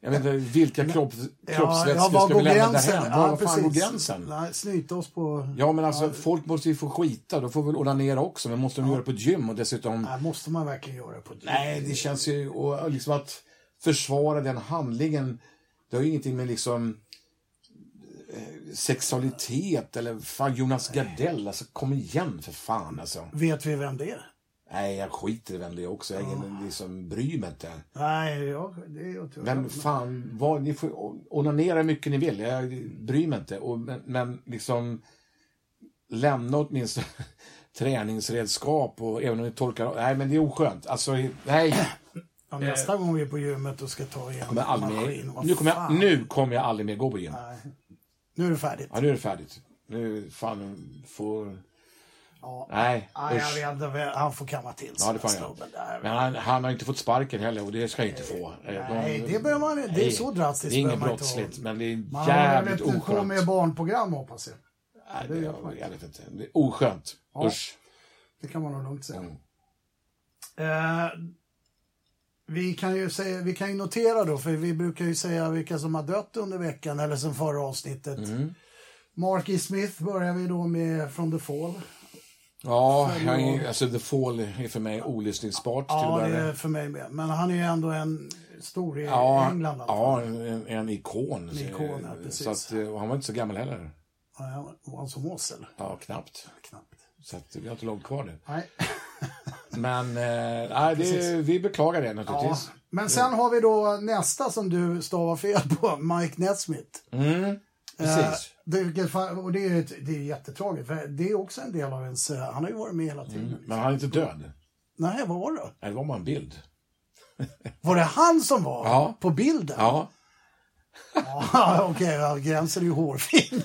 Speaker 2: Jag vet inte, vilka kropps, kroppsvätskor ska vi lämna hem? Var, var fan går
Speaker 1: precis.
Speaker 2: gränsen?
Speaker 1: Nej, Snyta oss på...
Speaker 2: Ja, men alltså folk måste ju få skita. De får väl onanera också, men måste de göra det på ett gym och dessutom...
Speaker 1: Nej, måste man verkligen göra det på
Speaker 2: Nej, det känns ju... Och liksom att försvara den handlingen, det har ju ingenting med liksom eh, sexualitet eller fan Jonas Gardell, alltså kom igen för fan alltså.
Speaker 1: Vet vi vem det är?
Speaker 2: Nej, jag skiter i vem det är också. Jag är ingen, liksom, bryr mig inte.
Speaker 1: Nej, ja, det är jag tror
Speaker 2: Vem fan, vad, ni får o- onanera hur mycket ni vill, jag bryr mig inte. Och, men, men liksom, lämna åtminstone [laughs] träningsredskap och även om ni torkar av- Nej, men det är oskönt. Alltså, nej.
Speaker 1: Ja, nästa gång vi är på gymmet och ska ta igen
Speaker 2: Men
Speaker 1: maskin.
Speaker 2: aldrig mer,
Speaker 1: vad
Speaker 2: nu, kommer jag,
Speaker 1: fan.
Speaker 2: nu kommer jag aldrig mer gå på gym.
Speaker 1: Nej. nu är det färdigt.
Speaker 2: Ja, nu är det färdigt. Nu, fan, får...
Speaker 1: Ja.
Speaker 2: Nej,
Speaker 1: Nej, jag
Speaker 2: usch.
Speaker 1: vet inte. vem- Han får kamma till sig.
Speaker 2: Ja, det får han göra.
Speaker 1: snubben där.
Speaker 2: Men han, han har inte fått sparken heller och det ska jag inte få.
Speaker 1: Nej, det behöver man Det är
Speaker 2: Nej,
Speaker 1: så drastiskt.
Speaker 2: Det är inget
Speaker 1: behöver man inte
Speaker 2: brottsligt,
Speaker 1: ha.
Speaker 2: men det är
Speaker 1: Man
Speaker 2: jävligt
Speaker 1: har väl inte på
Speaker 2: oskönt.
Speaker 1: med barnprogram hoppas jag.
Speaker 2: Nej, det, jag, jag vet inte. Det är oskönt. Usch.
Speaker 1: Det kan man nog lugnt säga.
Speaker 2: Mm.
Speaker 1: Eh, vi, kan ju säga, vi kan ju notera då, för vi brukar ju säga vilka som har dött under veckan eller sen förra avsnittet.
Speaker 2: Mm.
Speaker 1: Mark E. Smith börjar vi då med från The Fall.
Speaker 2: Ja, jag, är- alltså The Fall är för mig olyssningsbart till
Speaker 1: Ja,
Speaker 2: att
Speaker 1: det
Speaker 2: börja
Speaker 1: är
Speaker 2: med.
Speaker 1: för mig med. Men han är ju ändå en stor i
Speaker 2: Ja,
Speaker 1: England. alltså. i alla fall.
Speaker 2: ja en, en ikon.
Speaker 1: Ikon, ja, precis.
Speaker 2: så att, eh, och han var inte så gammal heller.
Speaker 1: Ja, var han som oss eller?
Speaker 2: Ja, knappt.
Speaker 1: Knappt.
Speaker 2: Så att, vi har inte långt kvar nu.
Speaker 1: Nej.
Speaker 2: Men eh, nej, det, vi beklagar det
Speaker 1: Ja.
Speaker 2: naturligtvis.
Speaker 1: Men sen har vi då nästa som du stavar fel på, Mike Nesmith.
Speaker 2: Mm,
Speaker 1: eh,
Speaker 2: precis.
Speaker 1: Det, vilket fan- och det är, ju ett- det är jättetragiskt, för det är också en del av ens... eh, Han har ju varit med hela tiden.
Speaker 2: Men han är inte död.
Speaker 1: Nej, vad var det?
Speaker 2: Nej, Det var bara en bild.
Speaker 1: Var det han som var
Speaker 2: Ja.
Speaker 1: på bilden?
Speaker 2: Ja,
Speaker 1: Ja, [laughs] Okej, ja, gränsen är ju hårfin. [laughs]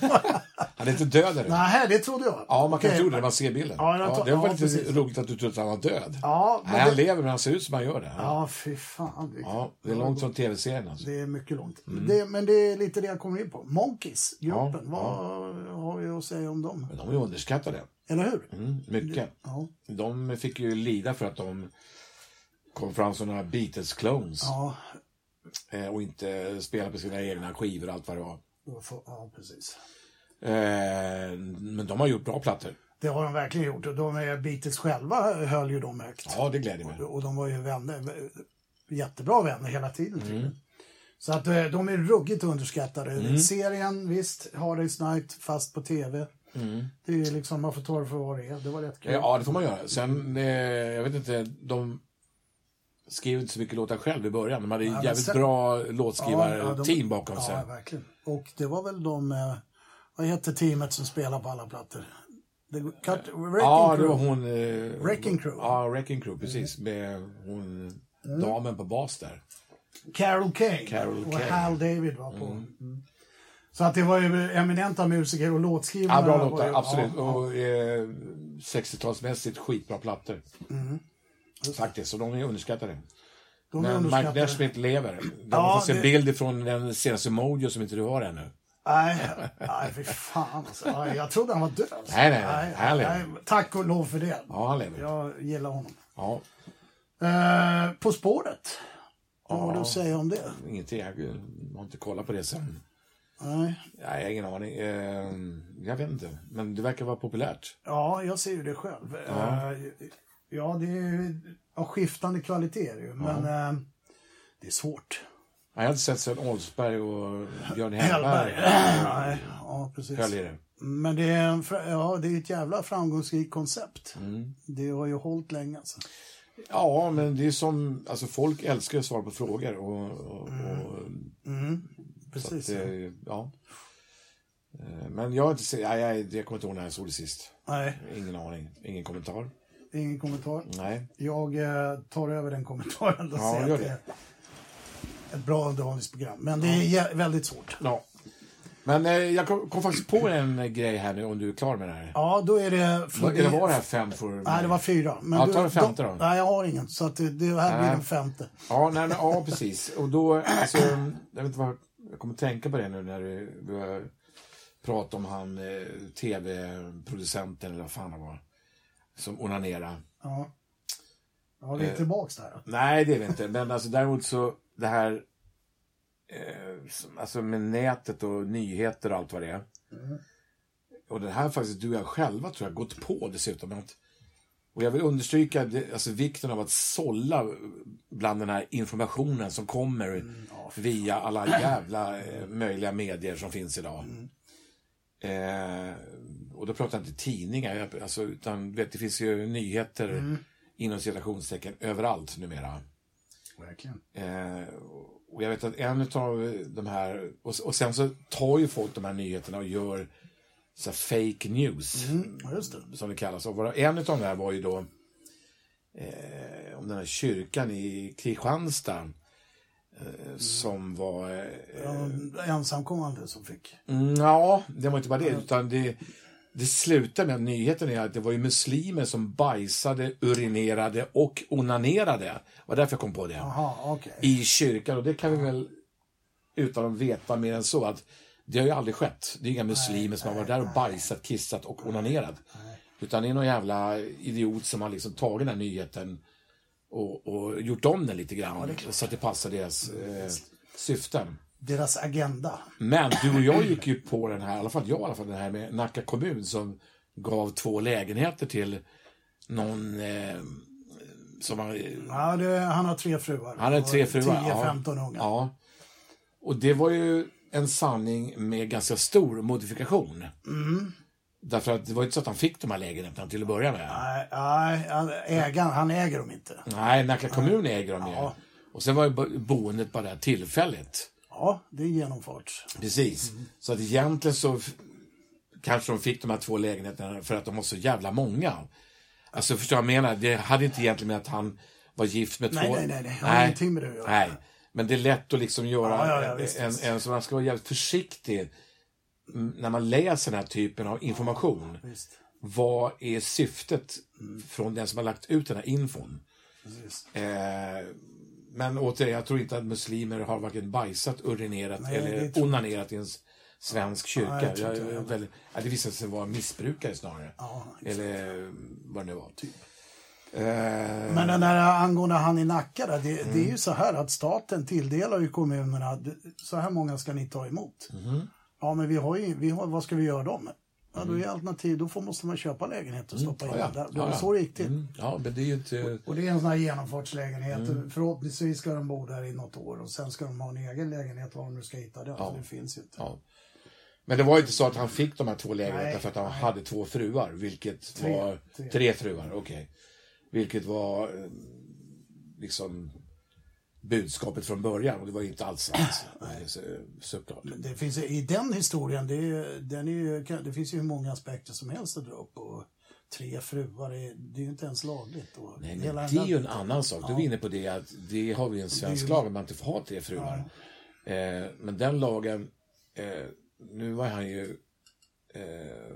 Speaker 2: han är inte död ännu.
Speaker 1: Nej, det trodde jag.
Speaker 2: Ja, man kan
Speaker 1: Okej.
Speaker 2: tro det när man ser bilden.
Speaker 1: Ja, jag
Speaker 2: Ja,
Speaker 1: tar-
Speaker 2: det var
Speaker 1: ja,
Speaker 2: lite
Speaker 1: precis.
Speaker 2: roligt att du trodde att han var död.
Speaker 1: Ja, men
Speaker 2: Nej, han
Speaker 1: det,
Speaker 2: lever men han ser ut som han gör det. Ja,
Speaker 1: ja, fy fan. Det,
Speaker 2: det är långt från tv-serien alltså.
Speaker 1: det är mycket långt. Det, men det är lite det jag kommer in på. Monkeys, gruppen,
Speaker 2: Ja,
Speaker 1: vad har ju det att säga om dem?
Speaker 2: Men de är underskattade.
Speaker 1: Eller hur?
Speaker 2: Mm, mycket.
Speaker 1: Ja,
Speaker 2: De fick ju lida för att de kom fram som några Beatles-clones
Speaker 1: ja,
Speaker 2: eh, och inte spelade på sina egna skivor och allt vad det var.
Speaker 1: då får, ja precis.
Speaker 2: Eh, men de har gjort bra plattor.
Speaker 1: Det har de verkligen gjort. Och de är Beatles själva höll ju dem högt.
Speaker 2: Ja, det gläder mig.
Speaker 1: Och de var ju vänner, jättebra vänner hela tiden. tycker
Speaker 2: Mm.
Speaker 1: jag. Så att eh, de är ruggigt underskattade. Serien, visst, Hard Day's Night, fast på tv. Det är liksom, man får ta det för vad det är. Det var rätt kul.
Speaker 2: Mm. Eh, Ja, det får man göra. Sen, eh, jag vet inte, de skrev inte så mycket låtar själv i början. De hade
Speaker 1: men
Speaker 2: jävligt
Speaker 1: sen-
Speaker 2: bra låtskrivarteam bakom sig.
Speaker 1: Ja, verkligen. Och det var väl de, eh, vad heter teamet som spelar på alla plattor? The Cut, Wrecking
Speaker 2: Eh, Ja, det
Speaker 1: Crew.
Speaker 2: var hon... Eh,
Speaker 1: Wrecking Crew. Mm.
Speaker 2: Ja, Wrecking Crew, precis. Med hon, damen på bas där.
Speaker 1: Carol Kane
Speaker 2: Carol
Speaker 1: och
Speaker 2: Kane.
Speaker 1: Hal David var på. Mm. Så att det var ju eminenta musiker och låtskrivare.
Speaker 2: Ja, bra
Speaker 1: var
Speaker 2: låtar,
Speaker 1: ju-
Speaker 2: absolut.
Speaker 1: Ja,
Speaker 2: Och eh, 60-talsmässigt skitbra plattor. Faktiskt, så de är underskattade.
Speaker 1: Mm. de är
Speaker 2: Men Mike
Speaker 1: underskattade.
Speaker 2: Nashmith lever. Det
Speaker 1: Ja,
Speaker 2: har faktiskt en
Speaker 1: det-
Speaker 2: bild ifrån den senaste Mojo som inte du har ännu.
Speaker 1: Nej, nej fy fan alltså. Nej, Jag trodde han var död. alltså.
Speaker 2: Nej, nej, härligt.
Speaker 1: tack och lov för det.
Speaker 2: Ja, han lever.
Speaker 1: Jag gillar honom.
Speaker 2: Ja,
Speaker 1: Eh, på spåret. Vad har du att säga om det?
Speaker 2: ingenting. Jag har inte kollat på det sen.
Speaker 1: Nej.
Speaker 2: Nej, jag har ingen aning. Eh, jag vet inte. Men det verkar vara populärt.
Speaker 1: Ja, jag ser ju det själv. Ja, ja det är ju av skiftande kvaliteter ju, men eh, det är svårt.
Speaker 2: Jag har inte sett Sven Oldsberg och Björn
Speaker 1: Hellberg.
Speaker 2: Hellberg
Speaker 1: Nej, ja, precis.
Speaker 2: höll i det.
Speaker 1: Men det är, en, fra- ja, det är ett jävla framgångsrikt koncept.
Speaker 2: Mm.
Speaker 1: Det har ju hållit länge. Alltså.
Speaker 2: Ja, men det är som... Alltså folk älskar att svara på frågor. Och, och, och,
Speaker 1: Mm. Precis.
Speaker 2: det, är- ja. Eh, Men jag har inte sett... Nej, jag, jag kommer inte ihåg när jag såg det sist.
Speaker 1: Nej,
Speaker 2: Ingen aning. Ingen kommentar.
Speaker 1: ingen kommentar.
Speaker 2: Nej.
Speaker 1: Jag eh, tar över den kommentaren och
Speaker 2: Mm. Ja,
Speaker 1: säger
Speaker 2: gör
Speaker 1: att det är ett bra underhållningsprogram. Men det är jä- väldigt svårt.
Speaker 2: Ja. Men eh, jag kom, kom faktiskt på en eh, grej här nu om du är klar med det här.
Speaker 1: Ja, då är det...
Speaker 2: Vad- Eller var det här fem för
Speaker 1: Nej, det var fyra. Men
Speaker 2: Ja,
Speaker 1: du-
Speaker 2: ta den femte då.
Speaker 1: Nej, jag har ingen. Så att det, det här blir
Speaker 2: Nej.
Speaker 1: den femte.
Speaker 2: Ja, nej, men, ja, precis. Och då, alltså, jag vet inte vad, jag kommer tänka på det nu när du börjar prata om han eh, tv-producenten eller vad fan han var. Som onanerade.
Speaker 1: Ja. Ja,
Speaker 2: Eh.
Speaker 1: vi är tillbaks där.
Speaker 2: Nej, det är det inte. Men alltså, däremot så det här eh, som- alltså med nätet och nyheter och allt vad det är. Och det här har faktiskt du och jag själva tror jag gått på dessutom. Att, och jag vill understryka det, alltså, vikten av att sålla bland den här informationen som kommer via alla jävla eh, möjliga medier som finns idag. Eh, och då pratar jag inte tidningar, jag- alltså, utan du vet, det finns ju nyheter inom citationstecken överallt numera.
Speaker 1: Verkligen.
Speaker 2: Eh, och jag vet att en av de här, och, och sen så tar ju folk de här nyheterna och gör så här fake news,
Speaker 1: Mm, ja, just det.
Speaker 2: som det kallas. Och var- en av de här var ju då eh, om den här kyrkan i Kristianstad eh, som var eh,
Speaker 1: Ja, ensamkommande som fick.
Speaker 2: Mm, Ja, det var inte bara det. Utan det, det slutade med att nyheten är att det var ju muslimer som bajsade, urinerade och onanerade. Det var därför jag kom på det.
Speaker 1: Jaha, okej.
Speaker 2: I kyrkan. Och det kan vi väl, utan att veta mer än så, att det har ju aldrig skett. Det är inga muslimer som har varit där och bajsat, kissat och onanerat. Utan det är någon jävla idiot som har liksom tagit den här nyheten och, och gjort om den lite grann. så att det passar deras eh, syften.
Speaker 1: Deras agenda.
Speaker 2: Men du och jag gick ju på den här, i alla fall jag i alla fall, den här med Nacka kommun som gav två lägenheter till någon eh, som var...
Speaker 1: Ja, det, han har tre fruar.
Speaker 2: Han hade tre fruar. ja.
Speaker 1: 10-15 ungar.
Speaker 2: Ja. Och det var ju en sanning med ganska stor modifikation. Därför att det var ju inte så att han fick de här lägenheterna till att börja med.
Speaker 1: Nej, nej han, ägaren, han äger dem inte.
Speaker 2: Nej, Nacka kommun äger dem ju. Och sen var ju bo- boendet bara där tillfälligt.
Speaker 1: Ja, det är genomfart.
Speaker 2: Precis. Så att egentligen så f- kanske de fick de här två lägenheterna för att de var så jävla många. Alltså förstår jag vad jag menar? Det hade inte egentligen med att han var gift med
Speaker 1: Nej,
Speaker 2: två...
Speaker 1: nej, nej, nej. Det har ingenting med det att göra.
Speaker 2: Nej. Men det är lätt att liksom göra
Speaker 1: Ja, ja, ja, visst,
Speaker 2: en, en, en så man ska vara jävligt försiktig mm, när man läser den här typen av information.
Speaker 1: Visst.
Speaker 2: Vad är syftet
Speaker 1: Mm.
Speaker 2: från den som har lagt ut den här infon?
Speaker 1: Precis.
Speaker 2: Eh, men återigen, jag tror inte att muslimer har varken bajsat, urinerat
Speaker 1: Nej, det tror
Speaker 2: eller
Speaker 1: jag
Speaker 2: onanerat i en s- svensk kyrka.
Speaker 1: Nej, jag tror
Speaker 2: jag
Speaker 1: inte det.
Speaker 2: jag- väldigt, ja, det visade sig vara missbrukare snarare.
Speaker 1: Ja,
Speaker 2: Eller eh, vad det nu var. Eh, Typ.
Speaker 1: Men den där angående han i Nacka där, det, det är ju så här att staten tilldelar ju kommunerna, "Du, så här många ska ni ta emot.
Speaker 2: Mhm.
Speaker 1: Ja men vi har ju, vi har, vad ska vi göra dem? Ja då är
Speaker 2: Mm.
Speaker 1: alternativ, då får, måste man köpa lägenhet och stoppa in den där. Det var så det gick till.
Speaker 2: Mm, ja, men det är ju inte...
Speaker 1: Och det är en sån här genomfartslägenhet.
Speaker 2: Mm.
Speaker 1: Förhoppningsvis ska de bo där i något år och sen ska de ha en egen lägenhet var de nu ska hitta den. För det finns ju inte.
Speaker 2: Ja. Men det var ju inte så att han fick de här två lägenheterna
Speaker 1: Nej,
Speaker 2: för att han hade två fruar, vilket
Speaker 1: Tre,
Speaker 2: var...
Speaker 1: tre.
Speaker 2: Tre, fruar, okej. Vilket var eh, liksom budskapet från början och det var ju inte alls sant. Nej, så- Såklart.
Speaker 1: Det finns, ju- I den historien, det, är, ju- den är ju, det finns ju hur många aspekter som helst att dra upp. Och tre fruar, det är, det är ju inte ens lagligt. Och
Speaker 2: Nej, men
Speaker 1: hela
Speaker 2: det
Speaker 1: den där-
Speaker 2: är ju en annan sak. Då är vi inne på det att det har vi en svensk lag att man inte får ha tre fruar. Eh, men den lagen, eh, nu var han ju eh,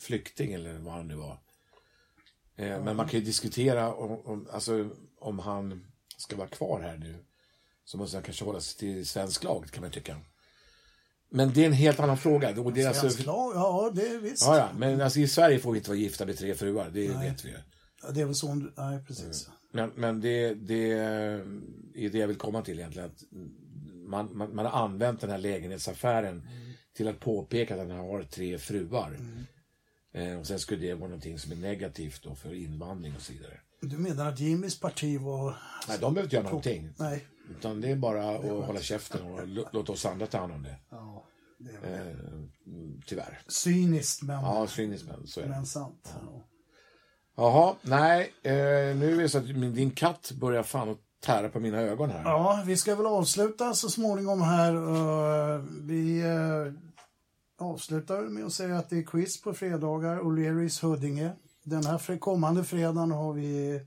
Speaker 2: flykting eller vad han nu var. Eh, Men man kan ju diskutera om, om, alltså, om han ska vara kvar här nu. Så måste han kanske hålla sig till svensk lag kan man tycka. Men det är en helt annan fråga. Och det är alltså,
Speaker 1: Svensk lag, ja det är visst.
Speaker 2: ja, ja, men alltså, i Sverige får vi inte vara gifta med tre fruar, det vet vi ju.
Speaker 1: Det är väl så, om- nej precis.
Speaker 2: Men, men det, det är det jag vill komma till egentligen. Att man, man, man har använt den här lägenhetsaffären till att påpeka att han har tre fruar. Eh, och sen skulle det vara någonting som är negativt då för invandring och så vidare.
Speaker 1: Du menar att Jimmys parti var...
Speaker 2: Nej, de behöver inte göra någonting.
Speaker 1: Nej.
Speaker 2: Utan det är bara att hålla käften och lå- låta oss andra ta hand om det.
Speaker 1: Ja, det är väl
Speaker 2: Eh, mm, tyvärr.
Speaker 1: cyniskt men,
Speaker 2: Ja, cyniskt men så är det.
Speaker 1: men sant. Ja.
Speaker 2: Jaha, nej. Eh, nu är det så att min, din katt börjar fan att tära på mina ögon här.
Speaker 1: Ja, vi ska väl avsluta så småningom här. Eh, Vi eh, avslutar med att säga att det är quiz på fredagar, O'Learys Huddinge. Den här fre- kommande fredagen har vi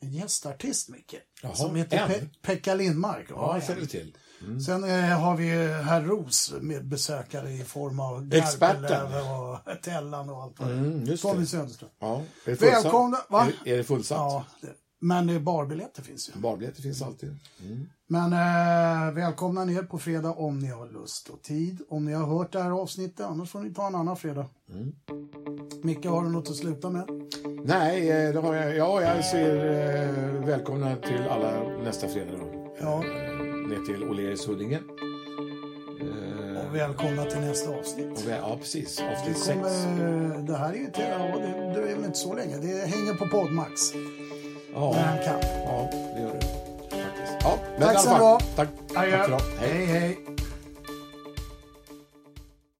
Speaker 1: en gästartist, Micke.
Speaker 2: Jaha,
Speaker 1: som heter
Speaker 2: en?
Speaker 1: Pe- Pekka Lindmark.
Speaker 2: Ja,
Speaker 1: en.
Speaker 2: jag känner till.
Speaker 1: Sen eh, har vi eh, herr Ros med besökare i form av
Speaker 2: Experten.
Speaker 1: Garpenlöv och Tellan och allt vad det är.
Speaker 2: Mm, just
Speaker 1: Tommy
Speaker 2: det.
Speaker 1: Söderström.
Speaker 2: Ja, är det fullsatt?
Speaker 1: Välkomna! Va?
Speaker 2: Är, är det fullsatt?
Speaker 1: Ja, det- men eh, barbiljetter finns ju.
Speaker 2: Barbiljetter finns alltid.
Speaker 1: Men eh, välkomna ner på fredag om ni har lust och tid. Om ni har hört det här avsnittet, annars får ni ta en annan fredag.
Speaker 2: Mm.
Speaker 1: Micke, har du något att sluta med?
Speaker 2: Nej, eh, det har jag. Ja, jag ser eh, välkomna till alla nästa fredag då.
Speaker 1: Ja.
Speaker 2: Eh, Ner till O'Learys Huddinge. Eh,
Speaker 1: Och välkomna till nästa avsnitt.
Speaker 2: och vi- ja, precis.
Speaker 1: Det,
Speaker 2: Avsnitt sex.
Speaker 1: kommer, det här är ju till, ja, det, det är väl inte så länge. Det hänger på Podmax.
Speaker 2: Ja,
Speaker 1: När han kan.
Speaker 2: ja, det gör det. Faktiskt. Ja, men
Speaker 1: Tack
Speaker 2: i alla
Speaker 1: så
Speaker 2: fall.
Speaker 1: bra.
Speaker 2: Tack. Tack för idag. Hej.
Speaker 1: hej. hej.